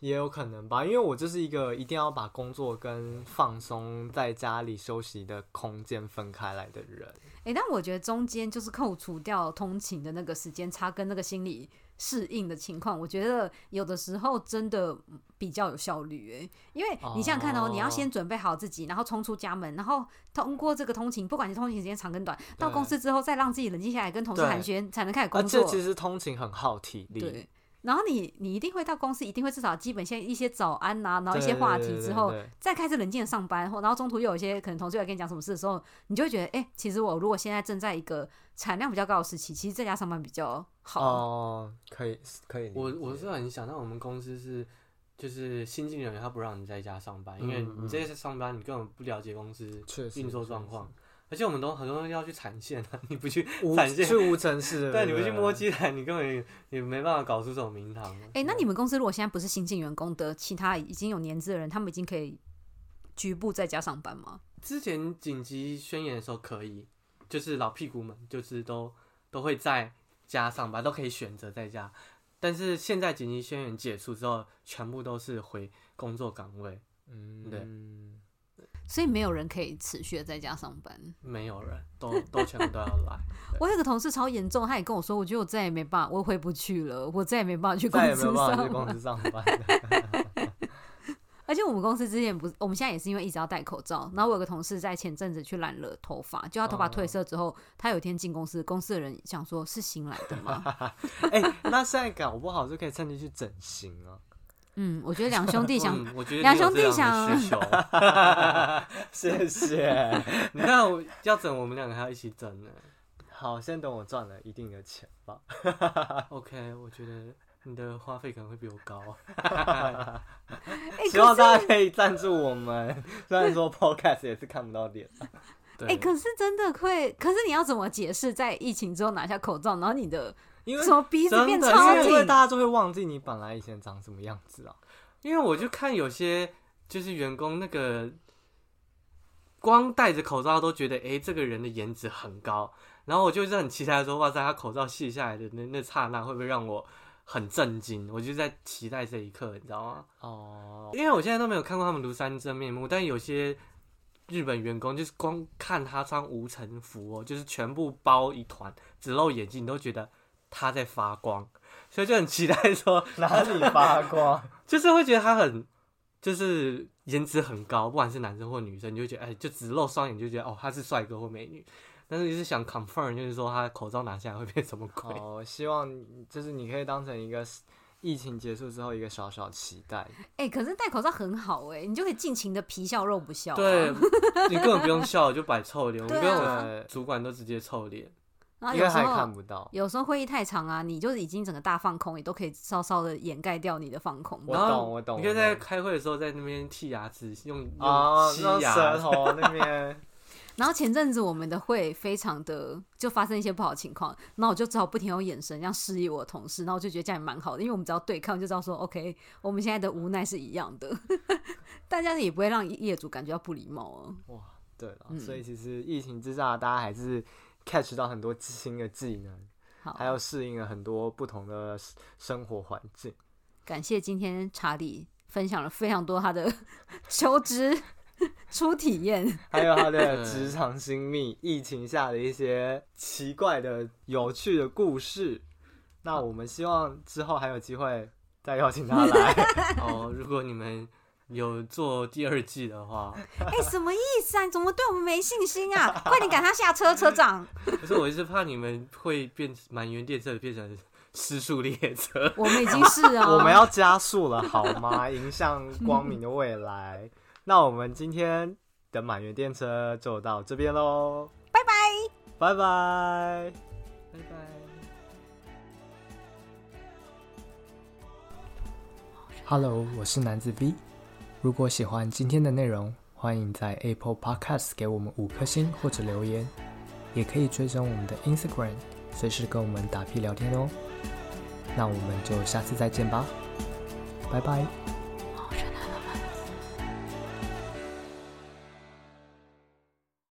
[SPEAKER 2] 也有可能吧，因为我就是一个一定要把工作跟放松在家里休息的空间分开来的人。
[SPEAKER 1] 哎、但我觉得中间就是扣除掉通勤的那个时间差跟那个心理适应的情况，我觉得有的时候真的比较有效率哎，因为你想想看哦，
[SPEAKER 2] 哦
[SPEAKER 1] 你要先准备好自己，然后冲出家门，然后通过这个通勤，不管你通勤时间长跟短，到公司之后再让自己冷静下来，跟同事
[SPEAKER 3] 对
[SPEAKER 1] 寒暄，才能开始
[SPEAKER 2] 而
[SPEAKER 1] 工
[SPEAKER 2] 且
[SPEAKER 1] 作。
[SPEAKER 2] 啊其实通勤很耗体力，
[SPEAKER 1] 对。然后你你一定会到公司，一定会至少基本先一些早安呐、然后一些
[SPEAKER 2] 对
[SPEAKER 1] 话
[SPEAKER 2] 对
[SPEAKER 1] 题
[SPEAKER 2] 对
[SPEAKER 1] 之
[SPEAKER 2] 对
[SPEAKER 1] 后，
[SPEAKER 2] 对
[SPEAKER 1] 再开始冷静的上班，或然后中途又有一些可能同事来跟你讲什么事的时候，你就会觉得，哎、其实我如果现在正在一个产量比较高的时期，其实在家上班比较好。
[SPEAKER 2] 哦、可以可以理解。
[SPEAKER 3] 我我是很想，但我们公司是就是新进人员，他不让你在家上班，因为
[SPEAKER 2] 嗯嗯
[SPEAKER 3] 你在家上班，你根本不了解公司
[SPEAKER 2] 确实
[SPEAKER 3] 运作
[SPEAKER 2] 确
[SPEAKER 3] 状
[SPEAKER 2] 实
[SPEAKER 3] 况，而且我们都很多东西要去产线啊， *laughs* 你不去
[SPEAKER 2] 无
[SPEAKER 3] 产线
[SPEAKER 2] 去，无尘室，
[SPEAKER 3] *laughs* 对，
[SPEAKER 2] 不
[SPEAKER 3] 你不去摸机台，你根本也没办法搞出这种名堂啊。
[SPEAKER 1] 哎、那你们公司如果现在不是新进员工的，其他已经有年资的人，他们已经可以局部在家上班吗？
[SPEAKER 3] 之前紧急宣言的时候可以，就是老屁股们就是都都会在家上班，都可以选择在家。但是现在紧急宣言解除之后，全部都是回工作岗位，
[SPEAKER 2] 嗯，
[SPEAKER 3] 对
[SPEAKER 2] 对，
[SPEAKER 1] 所以没有人可以持续的在家上班。
[SPEAKER 3] 没有人都都全部都要来。
[SPEAKER 1] 我有个同事超严重，他也跟我说，我觉得我再也没办法，我回不去了，我再也没办法去公
[SPEAKER 2] 再也没
[SPEAKER 1] 司
[SPEAKER 2] 有
[SPEAKER 1] 上
[SPEAKER 2] 办法去
[SPEAKER 1] 班。
[SPEAKER 2] 公司上班了。
[SPEAKER 1] 而且我们公司之前不是，我们现在也是因为一直要戴口罩。然后我有个同事在前阵子去染了头发，就他头发褪色之后，他有一天进公司，公司的人想说是新来的
[SPEAKER 2] *laughs*
[SPEAKER 1] 吗？
[SPEAKER 2] *laughs* 哎、那现在搞不好就可以趁机去整形啊！
[SPEAKER 1] 嗯，我觉得两兄弟想，
[SPEAKER 3] 嗯我觉得
[SPEAKER 1] 两
[SPEAKER 3] 你有
[SPEAKER 1] 兄弟
[SPEAKER 3] 这样的
[SPEAKER 1] 想
[SPEAKER 3] 需求，
[SPEAKER 2] *laughs* 谢谢。
[SPEAKER 3] 你看我要整，我们两个还要一起整呢。
[SPEAKER 2] 好，先等我赚了一定的钱吧。
[SPEAKER 1] 哎
[SPEAKER 3] OK，我觉得你的花费可能会比我高。
[SPEAKER 1] 哎、
[SPEAKER 2] 希望
[SPEAKER 1] 可是
[SPEAKER 2] 大家可以赞助我们， *laughs* 虽然说 podcast 也是看不到脸。
[SPEAKER 3] 对，
[SPEAKER 1] 哎、可是真的会，可是你要怎么解释在疫情之后拿下口罩，然后你的
[SPEAKER 2] 因为
[SPEAKER 1] 什么鼻子
[SPEAKER 3] 真
[SPEAKER 1] 变
[SPEAKER 3] 的
[SPEAKER 1] 超
[SPEAKER 2] 因
[SPEAKER 1] 紧
[SPEAKER 2] 为？大家就会忘记你本来以前长什么样子啊。
[SPEAKER 3] 因为我就看有些就是员工那个光戴着口罩都觉得，诶，这个人的颜值很高。然后我就是很期待说，哇塞，他口罩卸下来的那那刹那，会不会让我很震惊？我就在期待这一刻，你知道吗？
[SPEAKER 2] 哦，
[SPEAKER 3] 因为我现在都没有看过他们庐山真面目，但有些日本员工就是光看他穿无尘服哦，就是全部包一团，只露眼睛，你都觉得他在发光，所以就很期待说，
[SPEAKER 2] 哪里发光？
[SPEAKER 3] 就是会觉得他很，就是颜值很高，不管是男生或女生，你就会觉得哎，就只露双眼就觉得哦，他是帅哥或美女。但是就是想 confirm，就是说他口罩拿下来会变什么
[SPEAKER 2] *laughs*
[SPEAKER 3] 鬼？
[SPEAKER 2] 哦，希望就是你可以当成一个疫情结束之后一个小小期待。
[SPEAKER 1] 哎、可是戴口罩很好哎、你就可以尽情的皮笑肉不笑、啊。
[SPEAKER 3] 对，你根本不用笑，就摆臭脸。我
[SPEAKER 1] 对啊
[SPEAKER 3] 跟我
[SPEAKER 2] 对，
[SPEAKER 3] 主管都直接臭脸。
[SPEAKER 1] 然后
[SPEAKER 2] 因为
[SPEAKER 1] 有时
[SPEAKER 2] 还看
[SPEAKER 1] 候
[SPEAKER 2] 不到。
[SPEAKER 1] 有时候会议太长啊，你就是已经整个大放空，也都可以稍稍的掩盖掉你的放空。
[SPEAKER 2] 我
[SPEAKER 3] 然后
[SPEAKER 2] 懂我懂
[SPEAKER 3] 你可以
[SPEAKER 2] 我
[SPEAKER 3] 在
[SPEAKER 2] 懂
[SPEAKER 3] 开会的时候在那边剔牙齿，用用
[SPEAKER 2] 哦，
[SPEAKER 3] 吸
[SPEAKER 1] 啊
[SPEAKER 2] 那舌
[SPEAKER 3] 牙。
[SPEAKER 2] 头那边，
[SPEAKER 1] 然后前阵子我们的会非常的就发生一些不好的情况，那我就只好不停用眼神这样示意我同事，然后我就觉得这样也蛮好的，因为我们只要对抗就知道说，OK，我 *laughs* 们现在的无奈是一样的，大家也不会让业主感觉到不礼貌哦、
[SPEAKER 2] 对了，
[SPEAKER 1] 嗯
[SPEAKER 2] 所以其实疫情之下，大家还是 catch 到很多新的技能，
[SPEAKER 1] 好，
[SPEAKER 2] 还有适应了很多不同的生活环境。 *laughs*
[SPEAKER 1] 感谢今天查理分享了非常多他的求职 *laughs* 初体验，
[SPEAKER 2] 还有他的
[SPEAKER 3] 对
[SPEAKER 2] 职场新
[SPEAKER 1] *laughs*
[SPEAKER 2] 密，疫情下的一些奇怪的、有趣的故事。那我们希望之后还有机会再邀请他来。
[SPEAKER 3] 哦，如果你们有做第二季的话，
[SPEAKER 1] 哎、什么意思啊？你怎么对我们没信心 *laughs* 啊？快点赶他下车，车长！
[SPEAKER 3] 可是我是怕你们会变满园列车变成 *laughs* 失速列车。
[SPEAKER 1] 我们已经是啊，
[SPEAKER 2] *laughs* 我们要加速了，好吗？迎向光明的未来。那我们今天的满园电车就到这边喽，拜拜，拜拜，拜拜。Hello，我是男子 V。如果喜欢今天的内容，欢迎在 Apple Podcast 给我们五颗星或者留言，也可以追踪我们的 Instagram，随时跟我们打屁聊天哦。那我们就下次再见吧，拜拜。